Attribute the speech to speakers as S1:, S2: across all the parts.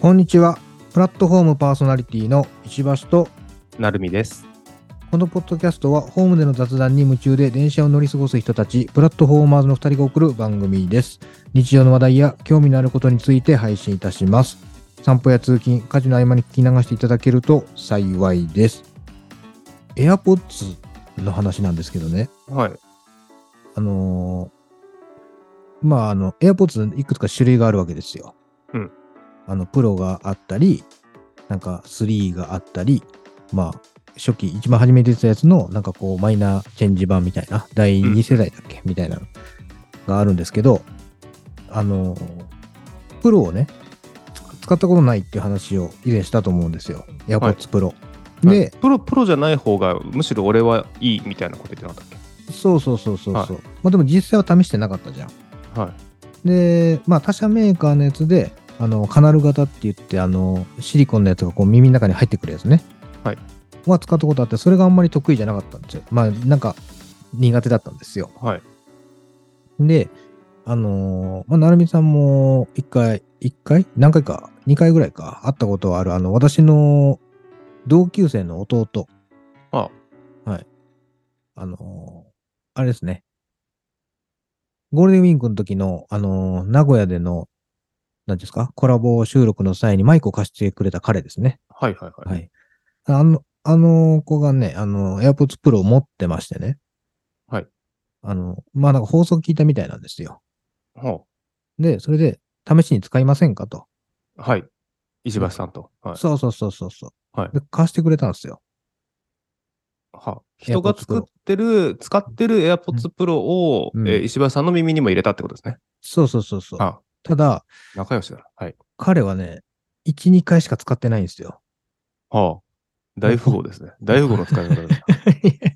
S1: こんにちは。プラットフォームパーソナリティの石橋と、
S2: なるみです。
S1: このポッドキャストはホームでの雑談に夢中で電車を乗り過ごす人たち、プラットフォーマーズの2人が送る番組です。日常の話題や興味のあることについて配信いたします。散歩や通勤、家事の合間に聞き流していただけると幸いです。AirPods の話なんですけどね。
S2: はい。
S1: あのーまあ、あの、AirPods いくつか種類があるわけですよ。
S2: うん。
S1: あの、プロがあったり、なんか3があったり、まあ、初期、一番初めて出たやつの、なんかこう、マイナーチェンジ版みたいな、第
S2: う
S1: 2
S2: ん
S1: 世代だっけ、みたいなのがあるんですけど、あのープロをね、つ使ったことないっていう話を以前したと思うんですよ。AirPods Pro。で、
S2: はいプロ、プロじゃない方が、むしろ俺はいいみたいなこと言ってなかったっ
S1: そうそうそうそうそう。
S2: はい
S1: まあでも実際は試してなかったじゃん。
S2: けはい。
S1: で、まあ、他社メーカーのやつで、あの、カナル型って言って、あの、シリコンのやつがこう耳の中に入ってくるやつね。
S2: はい。
S1: は使ったことあって、それがあんまり得意じゃなかったんですよ。まあ、なんか、苦手だったんですよ。
S2: はい。
S1: で、あのーまあ、なるみさんも、一回、一回何回か、二回ぐらいか、会ったことはある、あの、私の同級生の弟。
S2: あ
S1: はい。あのーあれですね。ゴールデンウィークの時の、あのー名古屋での、なんていうんですか、コラボ収録の際にマイクを貸してくれた彼ですね。
S2: はいはいはい。
S1: はい。あの、あの子がね、あの、AirPods Pro を持ってましてね。
S2: はい。
S1: あの、まあ、なんか放送聞いたみたいなんですよ。
S2: ほ
S1: で、それで、試しに使いませんかと。
S2: うはい。石橋さんと。はい。
S1: そうそうそうそうそう。
S2: はい
S1: で、貸してくれたんですよ。
S2: は人が作ってる、使ってる AirPods Pro を、
S1: うん
S2: えー石橋さんの耳にも入れたってことですね。
S1: そうそうそうそう。
S2: あ
S1: ただ、
S2: 仲良しだな。はい。
S1: 彼はね、1、2回しか使ってないんですよ。
S2: はあ。大富豪ですね。大富豪の使い方です。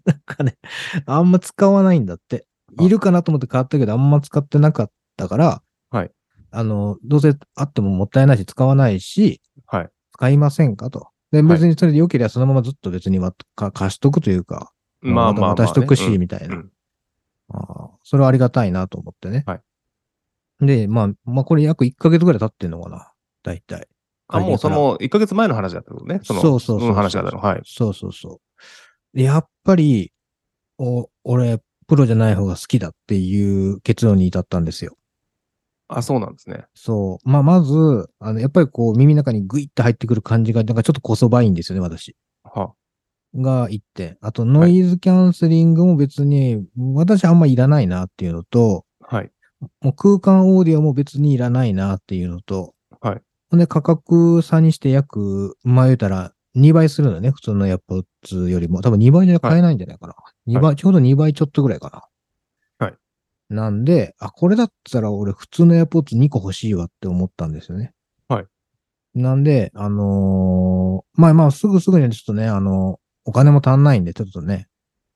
S1: なんかね、あんま使わないんだって。
S2: あ
S1: いるかなと思って買ったけど、あんま使ってなかったから、
S2: はい。
S1: あの、どうせあってももったいないし、使わないし、
S2: はい。
S1: 使いませんかと。で、
S2: はい
S1: 別にそれで良ければそのままずっと別にわか貸しとくというか、
S2: まあまあまあ、ね。
S1: 渡しとくし、
S2: うん
S1: みたいな、
S2: うん
S1: あーそれはありがたいなと思ってね。
S2: はい
S1: で、まあ、まあ、これ約1ヶ月ぐらい経ってんのかな。だいたい。
S2: あ、もう
S1: 会議か
S2: そ
S1: ら、
S2: の、1ヶ月前の話だったことね。その、
S1: そうそうそうそう
S2: 話だったの。はい。
S1: そうそうそう。でやっぱり、お、俺、プロじゃない方が好きだっていう結論に至ったんですよ。
S2: あ、そうなんですね。
S1: そう。まあ、まず、あの、やっぱりこう、耳の中にグイッと入ってくる感じが、なんかちょっとこそばいんですよね、私。
S2: は
S1: が1点。あと、ノイズキャンセリングも別に、私あんまいらないなっていうのと、
S2: あ。はい。
S1: もう空間オーディオも別にいらないなっていうのと、
S2: はい。
S1: ほんで、価格差にして約、まあ言うたら、2倍するのね、普通の AirPods よりも。多分2倍じゃ買えないんじゃないかな。二倍、ちょうど2倍ちょっとぐらいかな。
S2: はい。
S1: なんで、あ、これだったら俺普通の AirPods2 個欲しいわって思ったんですよね。
S2: はい。
S1: なんで、あのーまあまあ、すぐすぐにはちょっとね、あのお金も足んないんで、ちょっとね、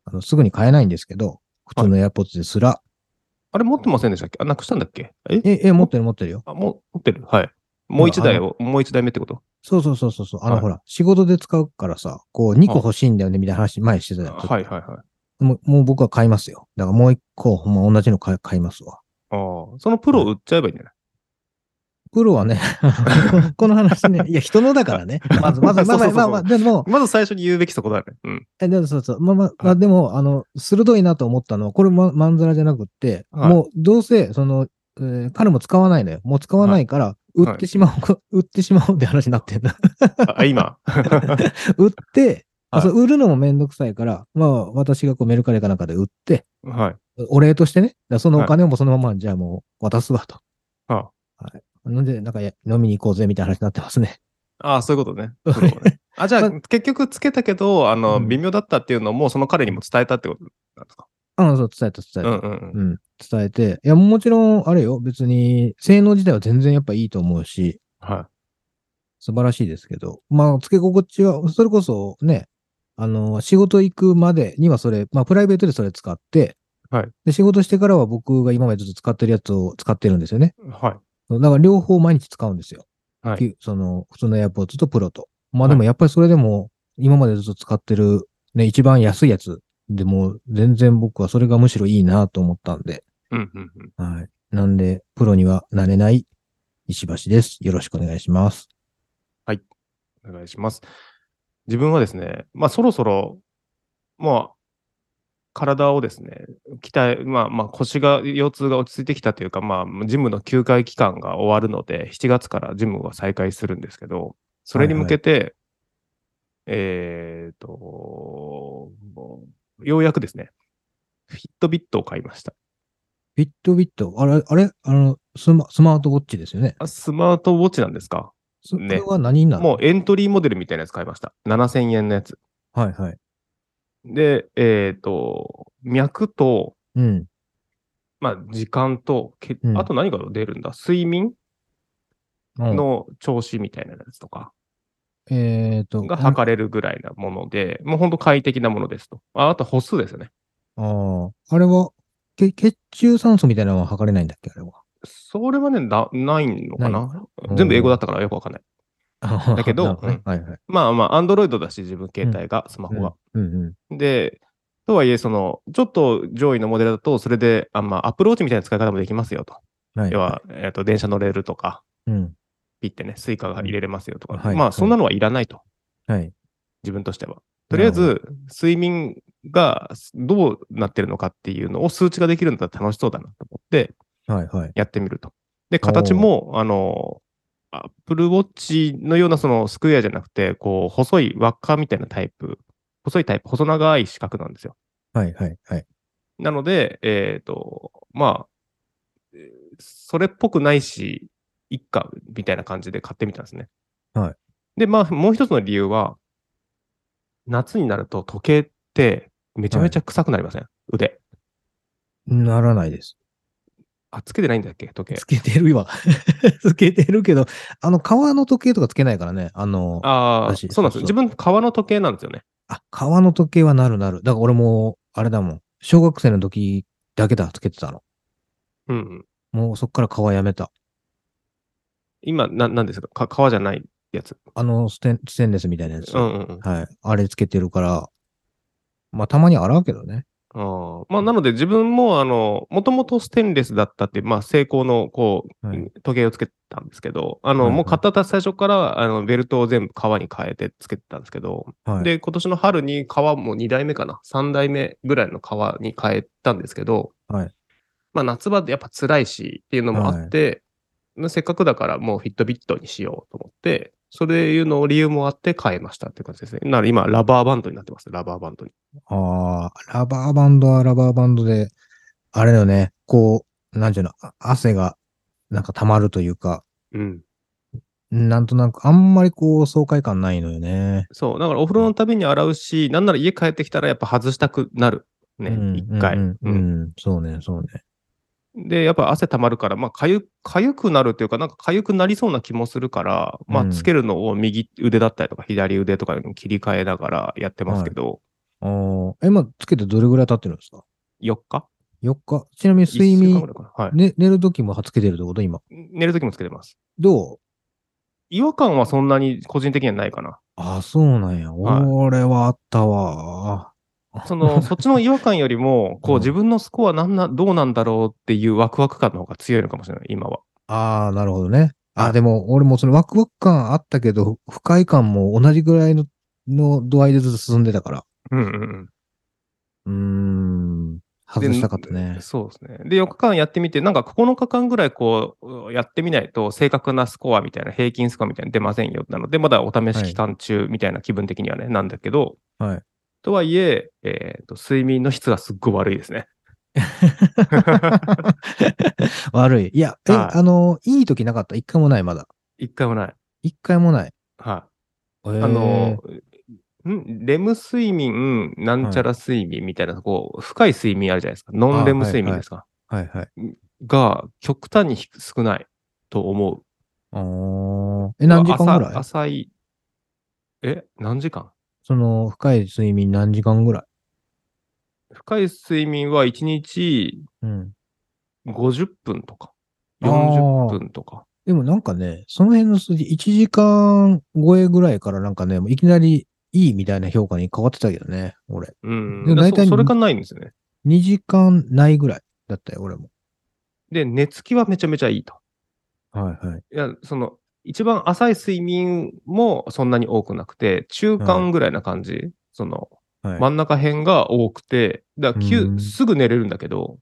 S1: あの、すぐに買えないんですけど、普通の AirPods ですら、
S2: あれ持ってませんでしたっけあ、なくしたんだっけえ
S1: え、え、持ってる持ってるよ。
S2: あ、もう、持ってるはい。もう一台
S1: あ
S2: を、もう一台目ってこと
S1: そうそうそうそうそう。あの、
S2: はい
S1: ほら、仕事で使うからさ、こう、2個欲しいんだよね、みたいな話前してたやん。
S2: はいはいはい。
S1: もうもう僕は買いますよ。だからもう1個、もう同じの買い買いますわ。
S2: ああ、そのプロ売っちゃえばいいんじゃない
S1: プロは ね、この話ね、いや、人のだからね。まず、まず、ま
S2: そうそ
S1: ず、
S2: うそう
S1: まあまあ、でも、
S2: まず最初に言うべきそこだね。うん。
S1: えでもそうそう、まあまあまあ、でも、あの、鋭いなと思ったのは、これま、まんざらじゃなくって、
S2: はい
S1: もう、どうせ、その、えー彼も使わないのよ。もう使わないから、
S2: い
S1: 売ってしまおう、 売ってしまおうって話になってんだ。
S2: あ、今。
S1: 売って、あ
S2: はい
S1: そう売るのもめんどくさいから、まあ、私がこうメルカリかなんかで売って、
S2: はい。
S1: お礼としてね、だからそのお金をもうそのまま、じゃあもう渡すわと。
S2: あ
S1: はい。なんで、なんかや飲みに行こうぜみたいな話になってますね。
S2: ああ、そういうことね。プロはねあ、じゃあ、
S1: ま
S2: 結局つけたけど、あの、
S1: うん
S2: 微妙だったっていうのも、その彼にも伝えたってことなんですか
S1: あそう、伝えた、伝
S2: う
S1: え
S2: んうん
S1: た。
S2: うん。
S1: うん。伝えて。いや、もちろん、あれよ、別に、性能自体は全然やっぱいいと思うし、
S2: は
S1: 素晴らしいですけど、まあ、付け心地は、それこそね、あの、仕事行くまでにはそれ、まあ、プライベートでそれ使って、
S2: はい。
S1: で、仕事してからは僕が今までずっと使ってるやつを使ってるんですよね。
S2: い。は
S1: だから両方毎日使うんですよ。
S2: はい
S1: きゅその、普通の AirPods とプロと。まあでもやっぱりそれでも、今までずっと使ってる、ね、一番安いやつでも、全然僕はそれがむしろいいなと思ったんで。
S2: い。うんうんうん。
S1: はい。なんで、プロにはなれない石橋です。よろしくお願いします。
S2: はい。お願いします。自分はですね、まあそろそろ、もう、体をですね、鍛え、まあまあ腰が、腰痛が落ち着いてきたというか、まあ、ジムの休会期間が終わるので、7月からジムは再開するんですけど、それに向けて、えっ、と、もうようやくですね、フィットビットを買いました。
S1: フィットビット、あれ、あれあのスマ、スマートウォッチですよね。
S2: あスマートウォッチなんですか
S1: そ
S2: ね
S1: れは何になる
S2: もうエントリーモデルみたいなやつ買いました。7000円のやつ。
S1: はいはい。
S2: で、えっ、と、脈と、
S1: うん。
S2: まあ、時間と、け
S1: うん
S2: あと何が出るんだ、睡眠
S1: うん
S2: の調子みたいなやつとか
S1: えっ、と、
S2: が測れるぐらいなもので、もう本当快適なものですと。ああと歩数ですよね。
S1: あーあれは、け血中酸素みたいなのは測れないんだっけあれは。
S2: それはね、なないのか
S1: ない
S2: な全部英語だったからよくわかんない。だけ ど
S1: なるほねはいはい。
S2: まあまあ、アンドロイドだし、自分携帯が、スマホが。
S1: うんうん。
S2: で、とはいえ、その、ちょっと上位のモデルだと、それで、あまあ、アプローチみたいな使い方もできますよと。
S1: はい。
S2: 要は、えっ、と、電車乗れるとか、
S1: うん。
S2: ピッてね、スイカが入れれますよとか。
S1: はい
S2: ま
S1: は
S2: あ、
S1: い
S2: そんなのはいらないと、
S1: はい。
S2: 自分としては。とりあえ
S1: な
S2: ず、睡眠がどうなってるのかっていうのを数値ができるんだったら楽しそうだなと思って、
S1: はいはい。
S2: やってみると。で、形も、あの、アップルウォッチのようなそのスクエアじゃなくて、こう、細い輪っかみたいなタイプ、細いタイプ、細長い四角なんですよ。
S1: はいはいはい。
S2: なので、えっ、と、まあ、えーそれっぽくないし、いっか、みたいな感じで買ってみたんですね。
S1: はい。
S2: で、まあ、もう一つの理由は、夏になると時計ってめちゃめちゃ臭くなりません、腕。
S1: ならないです。
S2: あ、つけてないんだっけ時計
S1: つ。けてるわ。 つけてるけど、あの、革の時計とかつけないからね。あの、あ、
S2: ああ、
S1: らしい
S2: そうなんです
S1: そうそう
S2: よ。自分、革の時計なんですよね。
S1: 革の時計はなるなる。だから俺も、あれだもん。小学生の時だけだ、つけてたの。
S2: うんうん。
S1: もうそっから革やめた。
S2: 今、な、なんですかか革じゃないやつ。
S1: あのステン、ステンレスみたいなやつ。
S2: うんうんうん。
S1: はい。あれつけてるから、まあ、たまに洗うけどね。
S2: あーまあ、なので自分も、あの、もともとステンレスだったっていう、まあ、成功の、こう、
S1: はい
S2: 時計をつけてたんですけど、あ
S1: は
S2: の、
S1: いはい
S2: もう買った最初から、あの、ベルトを全部革に変えてつけてたんですけど、
S1: はい。
S2: で、今年の春に革も2代目かな、3代目ぐらいの革に変えたんですけど、
S1: はい
S2: まあ、夏場ってやっぱ辛いしっていうのもあって、まあせっかくだからもうフィットビットにしようと思って、それいうのを理由もあって変えましたっていう感じですね。なので今、ラバーバンドになってます、ラバーバンドに。
S1: ああ、ラバーバンドはラバーバンドで、あれだよね。こう、なんていうの、あ汗が、なんか溜まるというか、
S2: うん。
S1: なんとなく、あんまりこう、爽快感ないのよね。
S2: そう。だからお風呂のたびに洗うし、なんなら家帰ってきたらやっぱ外したくなる。
S1: うん
S2: ね。一、回、
S1: うん、う
S2: うん
S1: んうんそうね、そうね。
S2: で、やっぱ汗溜まるから、まあ、かゆ、かゆくなるというか、なんかかゆくなりそうな気もするから、ま
S1: う
S2: あ、
S1: ん
S2: つけるのを右腕だったりとか、左腕とかに切り替えながらやってますけど、
S1: あーえ、今、つけてどれぐらい経ってるんですか
S2: 4日
S1: ?4 日。ちなみに睡
S2: ?1 週間
S1: 眠
S2: ぐら、いかなはい。
S1: ね、寝る時もつけてるってこと今。
S2: 寝るときもつけてます。
S1: どう
S2: 違和感はそんなに個人的にはないかな。
S1: あ、そうなんや。
S2: はい
S1: 俺はあったわ。
S2: その、そっちの違和感よりも、こ
S1: う
S2: う、
S1: ん
S2: 自分のスコアなんな、どうなんだろうっていうワクワク感の方が強いのかもしれない、今は。
S1: ああ、なるほどね。あーでも、俺もそのワクワク感あったけど、不快感も同じぐらいの、の度合いでずつ進んでたから。
S2: うんうん
S1: う
S2: うん。
S1: ーん。
S2: で
S1: 外したかったね。
S2: そうですね。で、4日間やってみて、なんか9日間ぐらいこう、やってみないと、正確なスコアみたいな、平均スコアみたいなの出ませんよ。なので、まだお試し期間中みたいな気分的にはね、なんだけど、
S1: はい
S2: とはいえ、えっ、と、睡眠の質がすっごい悪いですね。
S1: 悪い。いや、え、
S2: はい
S1: あの、いい時なかった。一回もない、まだ。
S2: 一回もない。
S1: 一回もない。
S2: は
S1: あ
S2: い。あの、んレム睡眠、なんちゃら睡眠みたいな、こう、深い睡眠あるじゃないですか。ノンレム睡眠ですか。
S1: はいはい。
S2: が、極端に低少ないと思う。
S1: あーえ、何時間ぐら
S2: 朝
S1: い
S2: 浅い。え何時間
S1: その、深い睡眠何時間ぐらい
S2: 深い睡眠は1日
S1: うん。
S2: 50分とか、
S1: あー
S2: 40分とか。
S1: でもなんかね、その辺の数字、1時間超えぐらいからなんかね、もういきなりいいみたいな評価に変わってたけどね、俺。
S2: うん。
S1: でも
S2: だか
S1: 大
S2: ら
S1: 体
S2: そそれがないんですよね。
S1: 2時間ないぐらいだったよ、俺も。
S2: で、寝つきはめちゃめちゃいいと。
S1: はいはい。
S2: いや、その、一番浅い睡眠もそんなに多くなくて、中間ぐらいな感じ、その、
S1: はい
S2: 真ん中辺が多くて、だから急
S1: うん
S2: すぐ寝れるんだけど、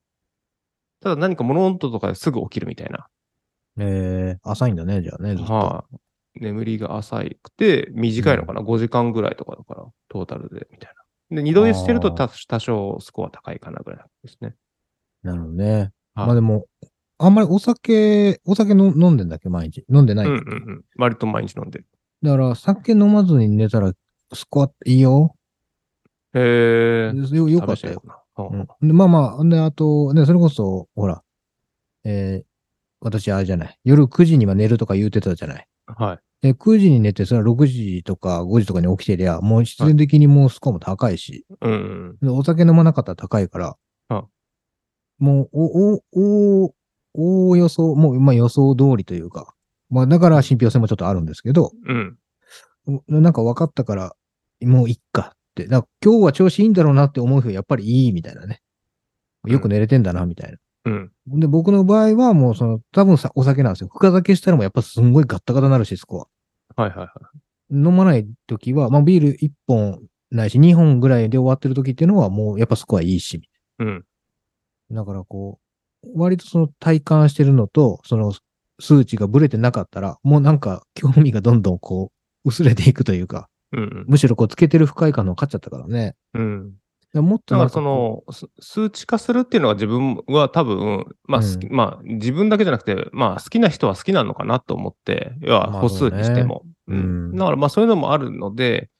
S2: ただ何か物音とかですぐ起きるみたいな。
S1: えー、浅いんだね、じゃあね、ずっと。
S2: はい、眠りが浅くて、短いのかな、5時間ぐらいとかだから、トータルで、みたいな。で、二度寝してると多多少スコア高いかなぐらいですね。
S1: なるほどね。
S2: はい
S1: まあでも、あんまりお酒、お酒の飲んでんだっけ、毎日。飲んでない。
S2: うんうんうん。割と毎日飲んでる。
S1: だから、酒飲まずに寝たら、スコアいいよ。
S2: へえ。
S1: よよかったよ。
S2: 試してみようかな。うん
S1: うんでまあまあ、で、あと、ね、それこそ、ほら、えー私、あれじゃない。夜9時には寝るとか言うてたじゃない。
S2: はい。
S1: で、9時に寝て、それは6時とか5時とかに起きてりゃ、もう必然的にもうスコアも高いし、
S2: うんうん。
S1: でお酒飲まなかったら高いから、
S2: うん
S1: もう、お、お、お、おお予想、もう、まあ予想通りというか、まあだから信憑性もちょっとあるんですけど、
S2: うん。
S1: うなんか分かったから、もういっかって。だから今日は調子いいんだろうなって思う日はやっぱりいいみたいなね。よく寝れてんだな、みたいな。
S2: うん。
S1: で、僕の場合はもうその、多分さ、お酒なんですよ。深酒したらもうやっぱすんごいガッタガタになるし、スコア。
S2: はいはいはい。
S1: 飲まない時は、まあビール1本ないし、2本ぐらいで終わってる時っていうのはもうやっぱスコアいいし、
S2: うん。
S1: だからこう、割とその体感してるのと、その数値がブレてなかったら、もうなんか興味がどんどんこう、薄れていくというか、
S2: うん
S1: むしろこう、つけてる不快感の方が勝っちゃったからね。
S2: うん。うん。
S1: だからもっと
S2: だ
S1: な
S2: か
S1: ん
S2: ら
S1: かこ
S2: その、す数値化するっていうのが自分は多分、まあ、好きまあ、自分だけじゃなくて、まあ、好きな人は好きなのかなと思って、要は
S1: まあ
S2: 歩数にして
S1: そ
S2: も。
S1: うねうん
S2: だからまあ、そういうのもあるので、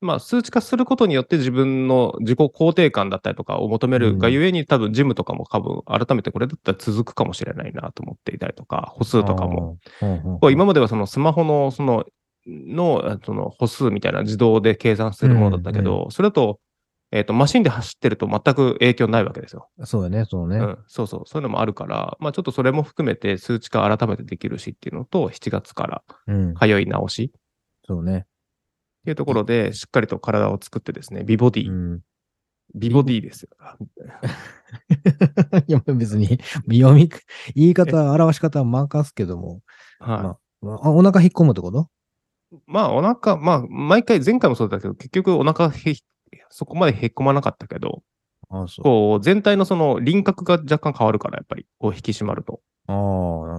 S2: まあ、数値化することによって自分の自己肯定感だったりとかを求めるがゆえに、多分ジムとかも多分改めてこれだったら続くかもしれないなと思っていたりとか、歩数とかも。
S1: あー。うんうん
S2: こう今まではそのスマホのその、のあその歩数みたいな自動で計算するものだったけど、それだと、えっ、と、マシンで走ってると全く影響ないわけですよ。
S1: そうだね、そうね。
S2: うん。そうそう。そういうのもあるから、まあちょっとそれも含めて数値化改めてできるしっていうのと、7月から
S1: うん。
S2: 通い直しっ
S1: そうね。
S2: ていうところで、しっかりと体を作ってですね、美ボディ、
S1: うん。
S2: 美ボディですよ。
S1: いや、別に、読み、言い方、表し方は任すけども、
S2: はい。
S1: まあ、お腹引っ込むってこと
S2: まあ、お腹、まあ、毎回、前回もそうだったけど、結局、お腹へ、そこまでへっこまなかったけど、
S1: ああ、そう。
S2: こう、全体のその輪郭が若干変わるから、やっぱり、こう、引き締まると。
S1: ああ、なる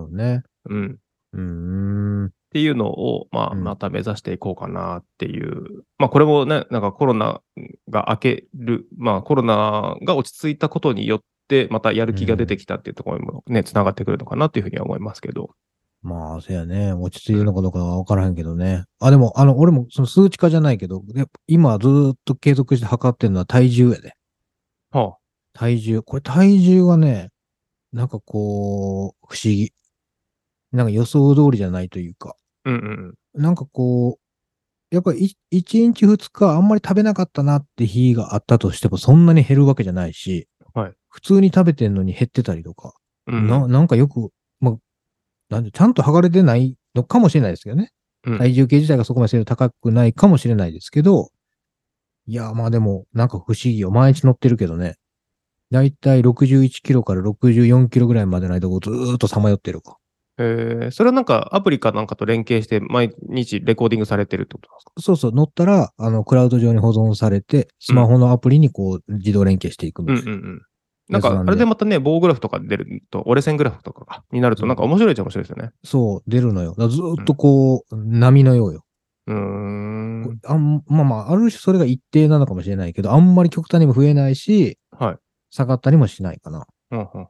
S1: ほどね。
S2: うん。っ
S1: うーん。
S2: ていうのを、ま
S1: う
S2: あ、
S1: ん
S2: また目指していこうかなっていう。まあ、これもね、なんかコロナが明ける、まあ、コロナが落ち着いたことによって、またやる気が出てきたっていうところにもね、つながってくるのかなっていうふうには思いますけど。
S1: まあ、せやね。落ち着いるのかどうかは分からへんけどね。あ、でも、あの、俺も、その数値化じゃないけど、やっぱ今ずーっと継続して測ってるのは体重やで。
S2: は
S1: 体重。これ体重がね、なんかこう、不思議。なんか予想通りじゃないというか。
S2: あ、うんうん
S1: なんかこう、やっぱりい1日2日あんまり食べなかったなって日があったとしてもそんなに減るわけじゃないし、
S2: はい
S1: 普通に食べてんのに減ってたりとか、
S2: うん。うん
S1: ななんかよく、まあ、なんでちゃんと剥がれてないのかもしれないですけどね。
S2: うん
S1: 体重計自体がそこまで精度高くないかもしれないですけど、いや、まあでも、なんか不思議よ。毎日乗ってるけどね。だいたい61キロから64キロぐらいまでの間をずーっとさまよってるか。
S2: えー、それはなんか、アプリかなんかと連携して、毎日レコーディングされてるってことなんですか
S1: そうそう、乗ったら、あの、クラウド上に保存されて、スマホのアプリにこう、自動連携していくみ
S2: うん
S1: た
S2: う
S1: い
S2: ん
S1: な。
S2: うん。な
S1: やつ
S2: んか、
S1: なんで
S2: あれでまたね、棒グラフとか出ると、折れ線グラフとかがになると、なんか面白いっちゃ面白いですよね。
S1: そう、出るのよ。だからずーっとこう、波のようよ。
S2: うーん。
S1: あんまあまあ、ある種それが一定なのかもしれないけど、あんまり極端にも増えないし、
S2: はい。
S1: 下がったりもしないかな。
S2: うんうんうん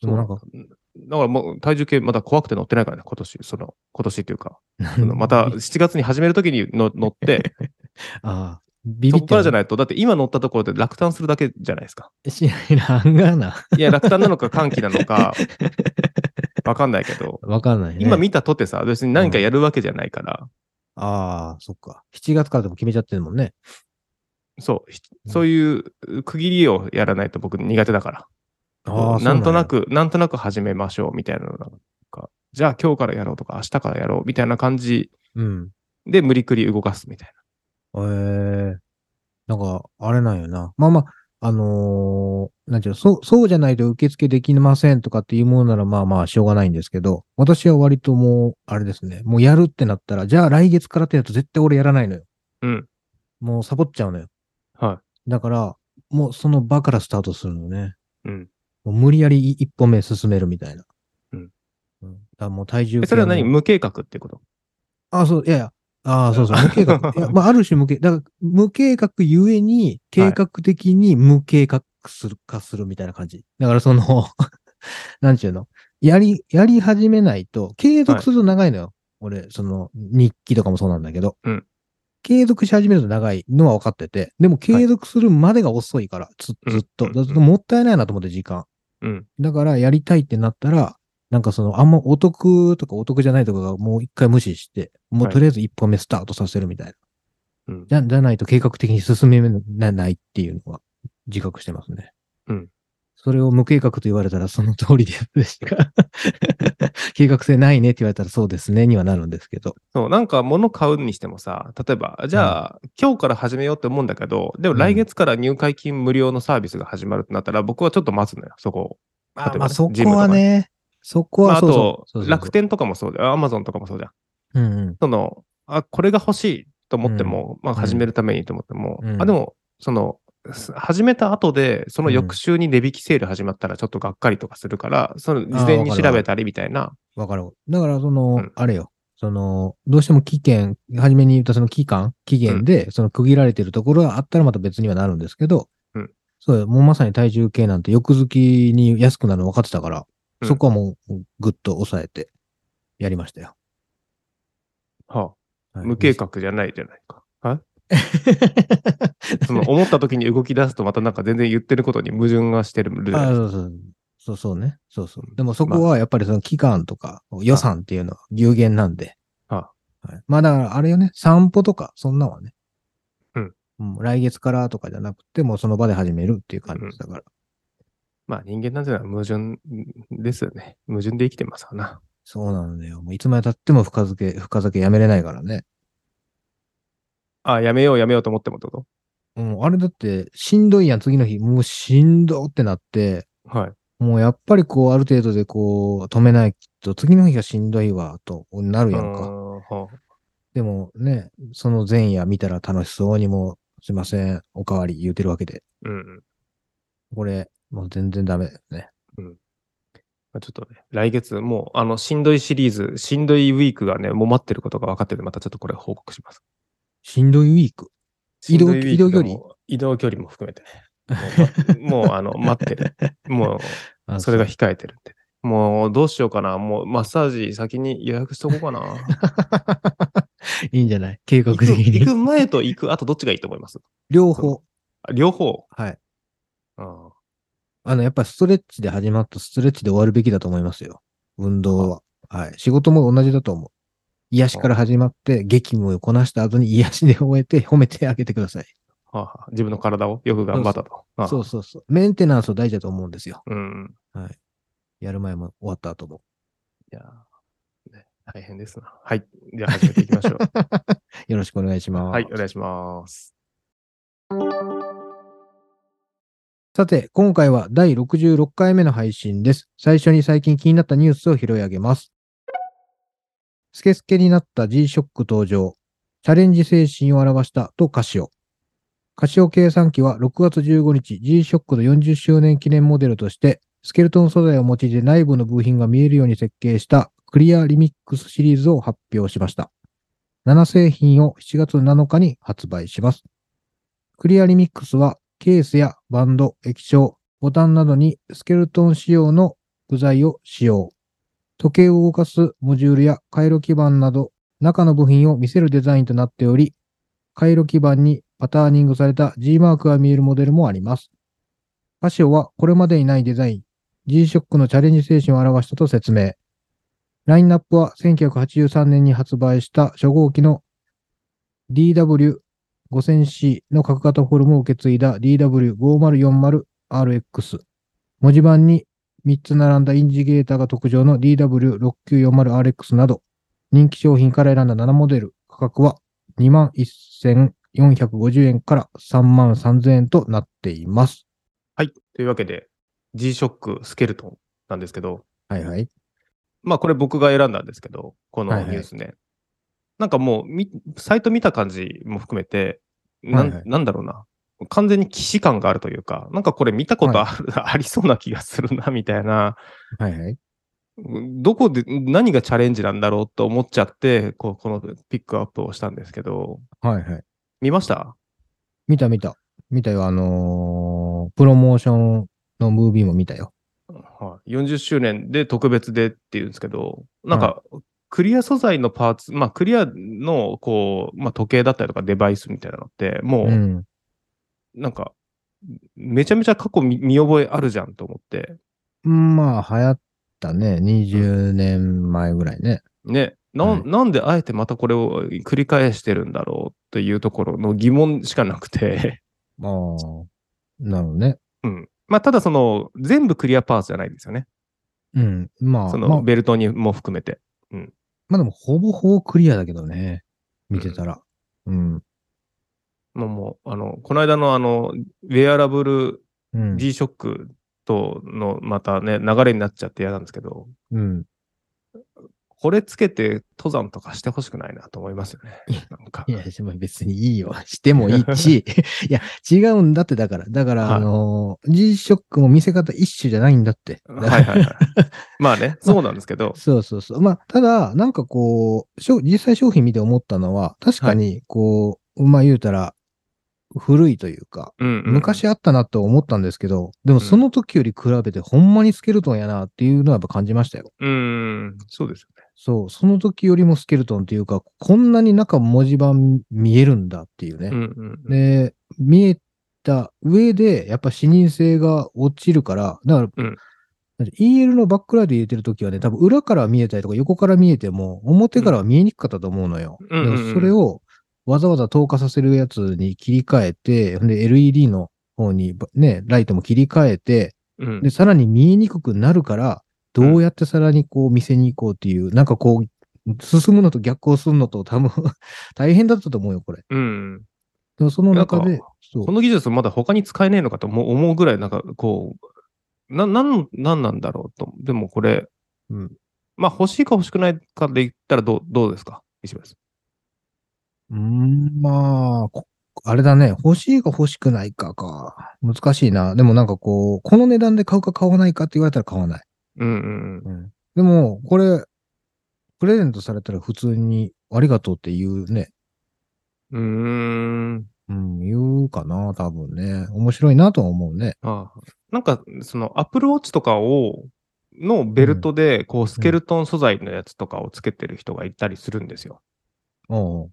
S1: でもなんか、
S2: だからもう体重計まだ怖くて乗ってないからね、今年、その、今年っていうか、そのまた7月に始めるときにの乗って、
S1: ああ、ビビ
S2: そ
S1: っ
S2: こからじゃ
S1: ない
S2: ないと、だって今乗ったところで落胆するだけじゃない ですか。
S1: しないな、ハンガーな。
S2: いや、落胆なのか歓喜なのか、わかんないけど、
S1: わかん ないね。
S2: 今見たとってさ、別に何かやるわけじゃないから、
S1: ああ、そっか。7月からでも決めちゃってるもんね。
S2: そうひ、そういう区切りをやらないと僕苦手だから。
S1: ああ、
S2: なんとな
S1: く。
S2: く、なんとなく始めましょうみたいなのなんか、じゃあ今日からやろうとか、明日からやろうみたいな感じ
S1: うん。
S2: で無理くり動かすみたい
S1: ええなんか、あれなんよな。まあまあ、あのーなんていうの、そう、そうじゃないと受付できませんとかっていうものならまあまあしょうがないんですけど、私は割ともう、あれですね、もうやるってなったら、じゃあ来月からってやると絶対俺やらないのよ。
S2: うん。
S1: もうサボっちゃうのよ。
S2: は
S1: だから、もうその場からスタートするのね。
S2: うん。
S1: もう無理やり一歩目進めるみたいな。
S2: うん。
S1: うん、あもう体重計
S2: えそれは何
S1: も
S2: 無計画ってこと
S1: あ、そう、いやいや。ああ、そうそう、無計画。 いやまあ、ある種無計、だから、無計画ゆえに、計画的に無計画する化するみたいな感じ。だから、その、 なんちゅうの。やり、やり始めないと、継続すると長いのよ。俺、その、日記とかもそうなんだけど。
S2: うん
S1: 継続し始めると長いのは分かってて、でも継続するまでが遅いから、ずずっと。
S2: うんうん
S1: だ
S2: うん
S1: からもったいないなと思って、時間。
S2: うん。
S1: だから、やりたいってなったら、なんかその、あんまお得とかお得じゃないとかがもう一回無視して、もう
S2: はい
S1: とりあえず一歩目スタートさせるみたいな。
S2: うん
S1: じゃ、じゃないと計画的に進めないっていうのは自覚してますね。
S2: うん。
S1: それを無計画と言われたらその通りでやるしか、 計画性ないねって言われたらそうですねにはなるんですけど。
S2: そう、なんか物買うにしてもさ、例えば、じゃあ、今日から始めようって思うんだけど、でも
S1: うん
S2: 来月から入会金無料のサービスが始まるってなったら、僕はちょっと待つのよ、そこを。例えばね
S1: まあそこは。ね、そこ
S2: ジムとかねまあ、
S1: は
S2: あ
S1: そうそうそうそ
S2: と
S1: う、そう
S2: 楽。天とかもそうだよ、アマゾンとかもそうじゃん。
S1: うんうん。
S2: その、あ、これが欲しいと思っても、まあ、
S1: ん
S2: 始めるためにと思っても、
S1: うん
S2: あ、でも、その、す始めた後で、その翌週に値引きセール始まったら、ちょっとがっかりとかするから、その、事前に
S1: あーわかるわかる
S2: 調べたりみたいな、
S1: わかる。だから、その、
S2: うん
S1: あれよ。その、どうしても期限、初めに言ったその期間、期限で、その区切られてるところがあったらまた別にはなるんですけど、
S2: うん
S1: そうよもうまさに体重計なんて翌月に安くなるの分かってたから、
S2: うん
S1: そこはもうぐっと抑えてやりましたよ。
S2: はあ
S1: はい
S2: 無計。画じゃないじゃないか。はいその
S1: あ
S2: 思った時に動き出すとまたなんか全然言ってることに矛盾がしてるじゃないですか
S1: そうそう。そうそうね。そうそう。でもそこはやっぱりその期間とか予算っていうのは有限なんで。
S2: は
S1: はいまあだからあれよね、散歩とか、そんなんはね。
S2: うん
S1: うん。来月からとかじゃなくて、もうその場で始めるっていう感じですだから。
S2: まあ人間なんてのは矛盾ですよね。矛盾で生きてますわな。
S1: そうなんだよ。もういつまで経っても深付け、深付けやめれないからね。
S2: あ、やめようやめようと思ってもってこ
S1: うん。あれだって、しんどいやん、次の日。もうしんどってなって、
S2: とはい。
S1: もうやっぱりこう、ある程度でこう、止めないと、次の日がしんどいわ、となるやん
S2: うー
S1: か。
S2: んはあ
S1: でもね、その前夜見たら楽しそうにも、すいません、おかわり言うてるわけで。
S2: うん。
S1: これ、もう全然ダメだよね。
S2: まあちょっとね、来月もうあのしんどいシリーズ、しんどいウィークがね、もう待ってることが分かってるんで、またちょっとこれ報告します。
S1: しんどいウィーク。移動
S2: しんどいウィー
S1: 移動距
S2: クが
S1: 離
S2: もう移動距離も含めてね。もうまもうあの待ってる。もう
S1: あ
S2: それが
S1: う
S2: 控えてるって。もうどうしようかな。もうマッサージ先に予約しとこうかな。
S1: いいんじゃない計画
S2: 行
S1: 的
S2: く行
S1: に。
S2: く前と行く後どっちがいいと思います
S1: 両方。
S2: あ両方。
S1: はい。
S2: あ
S1: あの、やっぱりストレッチで始まったストレッチで終わるべきだと思いますよ。運動は。はい。仕事も同じだと思う。癒しから始まって、激務をこなした後に癒しで終えて、褒めてあげてください。
S2: あはあ自分の体をよく頑張ったと。ああ
S1: そうそうそう。メンテナンスを大事だと思うんですよ。
S2: うん。
S1: やる前も終わった後も。
S2: いやー、ね大変ですな。はい。じゃあ始めていきまし ょう。
S1: よろしくお願いします。
S2: はい、お願いします。
S1: さて、今回は第66回目の配信です。最初に最近気になったニュースを拾い上げます。スケスケになった G-SHOCK 登場。チャレンジ精神を表したとカシオ。カシオ計算機は6月15日 G-SHOCK の40周年記念モデルとして、スケルトン素材を用いて内部の部品が見えるように設計したクリアリミックスシリーズを発表しました。7製品を7月7日に発売します。クリアリミックスはケースやバンド、液晶、ボタンなどにスケルトン仕様の部材を使用。時計を動かすモジュールや回路基板など中の部品を見せるデザインとなっており、回路基板にパターニングされた G マークが見えるモデルもあります。カシオはこれまでにないデザイン、G-SHOCK のチャレンジ精神を表したと説明。ラインナップは1983年に発売した初号機の DW 5000C の角型フォルムを受け継いだ DW5040RX。文字盤に3つ並んだインジゲーターが特徴の DW6940RX など、人気商品から選んだ7モデル、価格は21,450円から33,000円となっています。
S2: はい。というわけで、G-SHOCK スケルトンなんですけど、
S1: はいはい。
S2: まあこれ僕が選んだんですけど、この
S1: はいはい
S2: ニュースね。なんかもうみ、サイト見た感じも含めて、なん,、
S1: はいはい
S2: なんだろうな。完全に既視感があるというか、なんかこれ見たことある ありそうな気がするな、みたいな。
S1: はいはい。
S2: どこで、何がチャレンジなんだろうと思っちゃって、こうこのピックアップをしたんですけど、
S1: はいはい。
S2: 見ました
S1: 見た見た。見たよ。あのープロモーションのムービーも見たよ。
S2: はい、40周年で特別でっていうんですけど、なんか、クリア素材のパーツ、まあ、クリアの、こう、まあ、時計だったりとかデバイスみたいなのって、も
S1: う
S2: う、
S1: ん。
S2: なんか、めちゃめちゃ過去見見覚えあるじゃんと思って、
S1: まあ、流行ったね。20年前ぐらいね。
S2: ね、な
S1: は
S2: んなんであえてまたこれを繰り返してるんだろうというところの疑問しかなくて、
S1: ああ。なるほどね。
S2: うん。まあ、ただその、全部クリアパーツじゃないんですよね。
S1: うん。まあ、
S2: そ
S1: まあ
S2: の、、ベルトにも含めて。
S1: まあでも、ほぼほぼクリアだけどね。見てたら。うん。
S2: もう、もう、あの、この間のあの、ウェアラブル
S1: うん。
S2: G-SHOCK とのまたね、流れになっちゃって嫌なんですけど、
S1: うん。
S2: これつけて登山とかしてほしくないなと思いますよね。なんか
S1: い。や、でも別にいいよ。してもいい し。いや、違うんだって、だから。だから、
S2: はい
S1: あのー、G-SHOCK も見せ方一種じゃないんだって。だから
S2: はいはいはい。まあね、そうなんですけど、
S1: そうそうそう。まあ、ただ、なんかこう、しょ実際商品見て思ったのは、確かに、こう、まあ言うたら、古いというか、
S2: うん、うん。
S1: 昔あったなと思ったんですけど、でも
S2: うん
S1: その時より比べて、ほんまにスケルトンやなっていうのはやっぱ感じましたよ。
S2: うん、そうですよね。
S1: そう、その時よりもスケルトンっていうか、こんなに中文字盤見えるんだっていうね。
S2: うんうんうん。
S1: で、見えた上で、やっぱ視認性が落ちるから、だから、
S2: うん
S1: なんて EL のバックライト入れてるときはね、多分裏から見えたりとか横から見えても、表からは見えにくかったと思うのよ。
S2: うんうんうんうん
S1: だからそれをわざわざ透過させるやつに切り替えて、ほんで LED の方にね、ライトも切り替えて、
S2: うん
S1: で、さらに見えにくくなるから、どうやってさらにこう見せに行こうっていう、なんかこう、進むのと逆行するのと多分 大変だったと思うよ、これ。
S2: うん。
S1: でもその中
S2: なん
S1: で
S2: か、
S1: そう
S2: こ。の技術まだ他に使えねえのかと思う思うぐらい、なんかこう、な、なん、なんなんだろうと。でもこれ、
S1: うん
S2: まあ欲しいか欲しくないかで言ったらどう、どうですか石橋さん。
S1: うーん、まあ、こあれだね。欲しいか欲しくないかか。難しいな。でもなんかこう、この値段で買うか買わないかって言われたら買わない。
S2: うんうんうん。
S1: でも、これ、プレゼントされたら普通にありがとうって言うね。
S2: うーん。
S1: うん、言うかな、多分ね。面白いなとは思うね。
S2: ああなんか、その、アップルウォッチとかを、のベルトで、こう、スケルトン素材のやつとかをつけてる人がいたりするんですよ。
S1: おう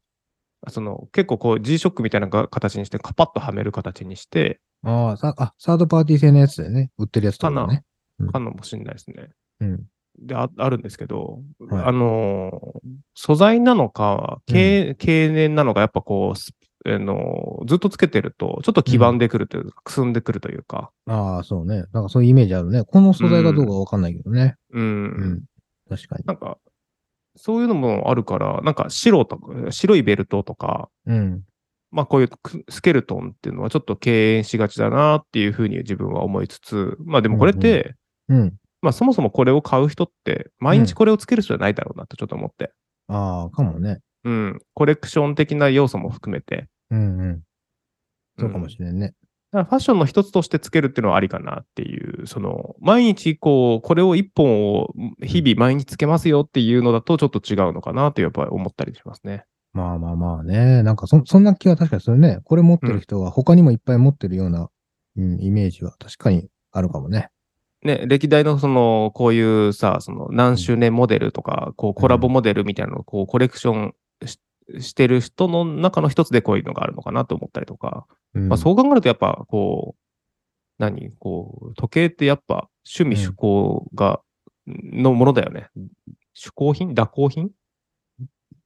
S2: その、結構こう、G-SHOCK みたいなが形にして、カパッとはめる形にして、
S1: ああ、さあ、サードパーティー製のやつだよね。売ってるやつとかね。
S2: かんのもしんないですね。
S1: うん。
S2: で、ああるんですけど、
S1: はい
S2: あのー素材なのか、経経年なのか、やっぱこう、すあのーずっとつけてると、ちょっと黄ばんでくるというか、くすんでくるというか、
S1: ああ、そうね。なんかそういうイメージあるね。この素材がどうかわかんないけどね。
S2: うん
S1: うん。確かに。
S2: なんか、そういうのもあるから、なんか白とか、白いベルトとか、
S1: うん。
S2: まあこういうくスケルトンっていうのはちょっと敬遠しがちだなっていうふうに自分は思いつつ、まあでもこれって、
S1: うん。
S2: まあそもそもこれを買う人って、毎日これをつける人じゃないだろうなってちょっと思って、
S1: ああ、かもね。
S2: うん、コレクション的な要素も含めて、
S1: うんうん。そうかも
S2: れない。
S1: しれんね。
S2: だからファッションの一つとしてつけるっていうのはありかなっていう、その、毎日こう、これを一本を日々毎日つけますよっていうのだとちょっと違うのかなってやっぱり思ったりしますね。
S1: まあまあまあね。なんかそ、そんな気は確かにするね。これ持ってる人は他にもいっぱい持ってるような、うん、イメージは確かにあるかもね。
S2: ね、歴代のその、こういうさ、その何周年モデルとか、こうコラボモデルみたいなのをこうコレクションししてる人の中の一つでこういうのがあるのかなと思ったりとか、
S1: うん、
S2: まあそう考えるとやっぱこう、何こう、時計ってやっぱ趣味
S1: うん
S2: 趣向が、のものだよね。趣向品妥工品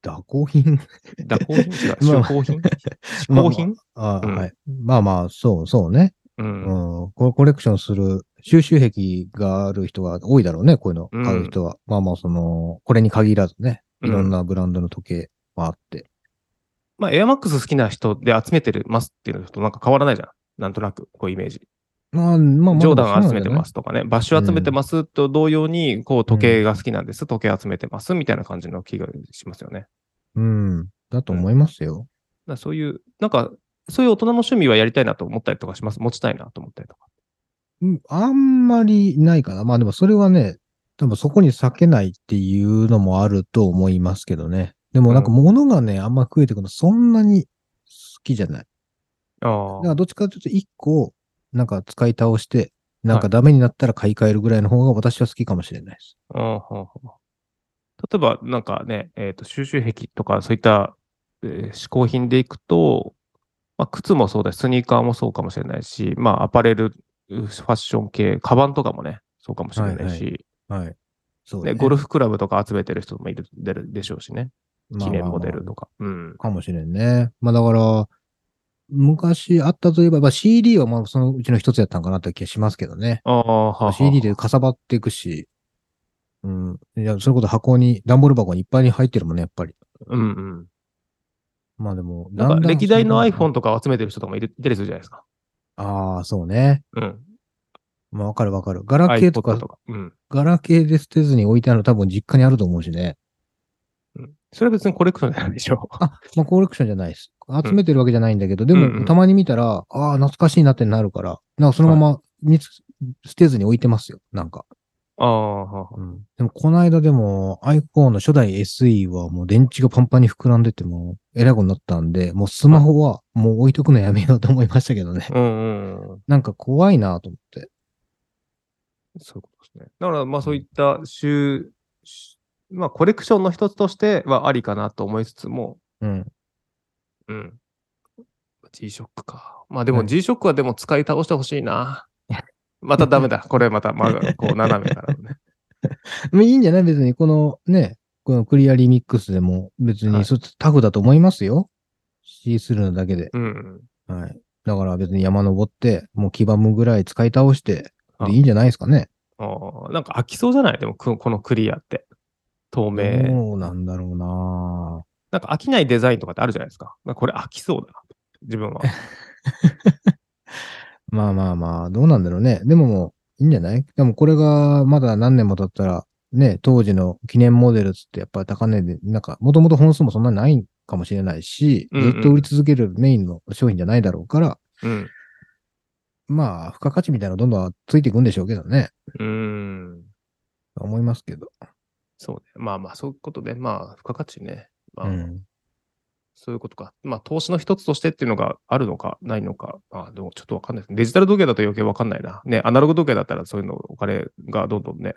S1: 妥協品
S2: 妥工品違う。
S1: まあ
S2: 趣向品嗜好品
S1: ああ、
S2: うん
S1: はい。まあまあ、そうそうね。
S2: うん。
S1: うん。これコレクションする収集癖がある人は多いだろうね。こういうの
S2: うん
S1: 買う人は。まあまあ、その、これに限らずね。いろんなブランドの時計はあって。
S2: まあエアマックス好きな人で集めてますっていうのとなんか変わらないじゃん。なんとなく、こうイメージ。
S1: まあ、まあ、。
S2: ジョーダン集めてますすとかね、バッシュ集めてますと同様に、こう時計が好きなんです、時計集めてますみたいな感じの気がしますよね。だか
S1: うん。だと思いますよ。
S2: らそういう、なんか、そういう大人の趣味はやりたいなと思ったりとかします。持ちたいなと思ったりとか。
S1: うん、あんまりないかな。まあでもそれはね、多分そこに避けないっていうのもあると思いますけどね。でもなんか
S2: うん
S1: 物がね、あんま増えてくるのそんなに好きじゃない。
S2: あ
S1: だ
S2: あ
S1: からどっちかというと一個、なんか使い倒して、なん
S2: は
S1: かダメになったら買い替えるぐらいの方が私は好きかもしれないです。
S2: うんうんうん例えば、なんかね、えっ、と、収集癖とか、そういった、えー嗜好品でいくと、まあ、靴もそうだし、スニーカーもそうかもしれないし、まあ、アパレル、うファッション系、カバンとかもね、そうかもしれないし、
S1: ははい。そう
S2: ねゴルフクラブとか集めてる人もいるでるでしょうしね、記念モデル
S1: と
S2: とか。うん。
S1: かもしれんね。まあだから、昔あったといえば、まあ、CD はまあそのうちの一つやったんかなって気がしますけどね。
S2: ああ、はあはあ
S1: CD でかさばっていくし、うん。いや、それこそ箱に、段ボール箱にいっぱいに入ってるもんね、やっぱり。
S2: うんうん。
S1: まあでも、
S2: なんか、歴代の iPhone
S1: と
S2: とかを集めてる人とかもいるいたりするじゃないですか。
S1: ああ、そうね。
S2: うん。
S1: まあわかるわかる。ガラケーと
S2: iPod
S1: か、
S2: とか。うん。
S1: ガラケーで捨てずに置いてあるの多分実家にあると思うしね。
S2: うんそれは別にコレクションじゃないでしょう。
S1: あ、まあコレクションじゃないです。集めてるわけじゃないんだけど、でも、
S2: うんうん
S1: たまに見たら、ああ、懐かしいなってなるから、なんかそのまま見つ、捨てずに置いてますよ、なんか。
S2: ああ、はあはあ
S1: でも、この間でも iPhone の初代 SE はもう電池がパンパンに膨らんでてもう、えらいことになったんで、もうスマホはもう置いとくのやめようと思いましたけどね。
S2: うんうんうん。
S1: なんか怖いなと思って。
S2: そういうことですね。だから、まあそういった収、しまあコレクションの一つとしてはありかなと思いつつも、
S1: うん。
S2: うん。G-SHOCK か。まあでも
S1: はい
S2: G-SHOCK はでも使い倒してほし いな。またダメだ。これまた、まあ、こう斜めからのね。
S1: まあいいんじゃない別にこのね、このクリアリミックスでも別
S2: は
S1: に
S2: い
S1: そタフだと思いますよ。シースルーのだけで。
S2: うんうん。
S1: はい。だから別に山登って、もう黄ばむぐらい使い倒して、
S2: あ
S1: でいいんじゃないですかね。
S2: ああなんか飽きそうじゃないでも、くこのクリアって。透明。
S1: そうなんだろうな
S2: なんか飽きないデザインとかってあるじゃないですか。まあこれ飽きそうだな。自分は。
S1: まあまあまあ、どうなんだろうね。でももう、いいんじゃないでもこれがまだ何年も経ったら、ね、当時の記念モデルっつってやっぱり高値で、なんか、もともと本数もそんなにないかもしれないし、
S2: うんうん
S1: ずっと売り続けるメインの商品じゃないだろうから、
S2: うん。
S1: まあ、付加価値みたいなのどんどんついていくんでしょうけどね。
S2: うん。
S1: 思いますけど。
S2: そうね。まあまあ、そういうことで、まあ、付加価値ね。まあ、
S1: うん。
S2: そういうことか。まあ、投資の一つとしてっていうのがあるのか、ないのか。あでもちょっとわかんないです。デジタル時計だと余計わかんないな。ね、アナログ時計だったらそういうの、お金がどんどんね、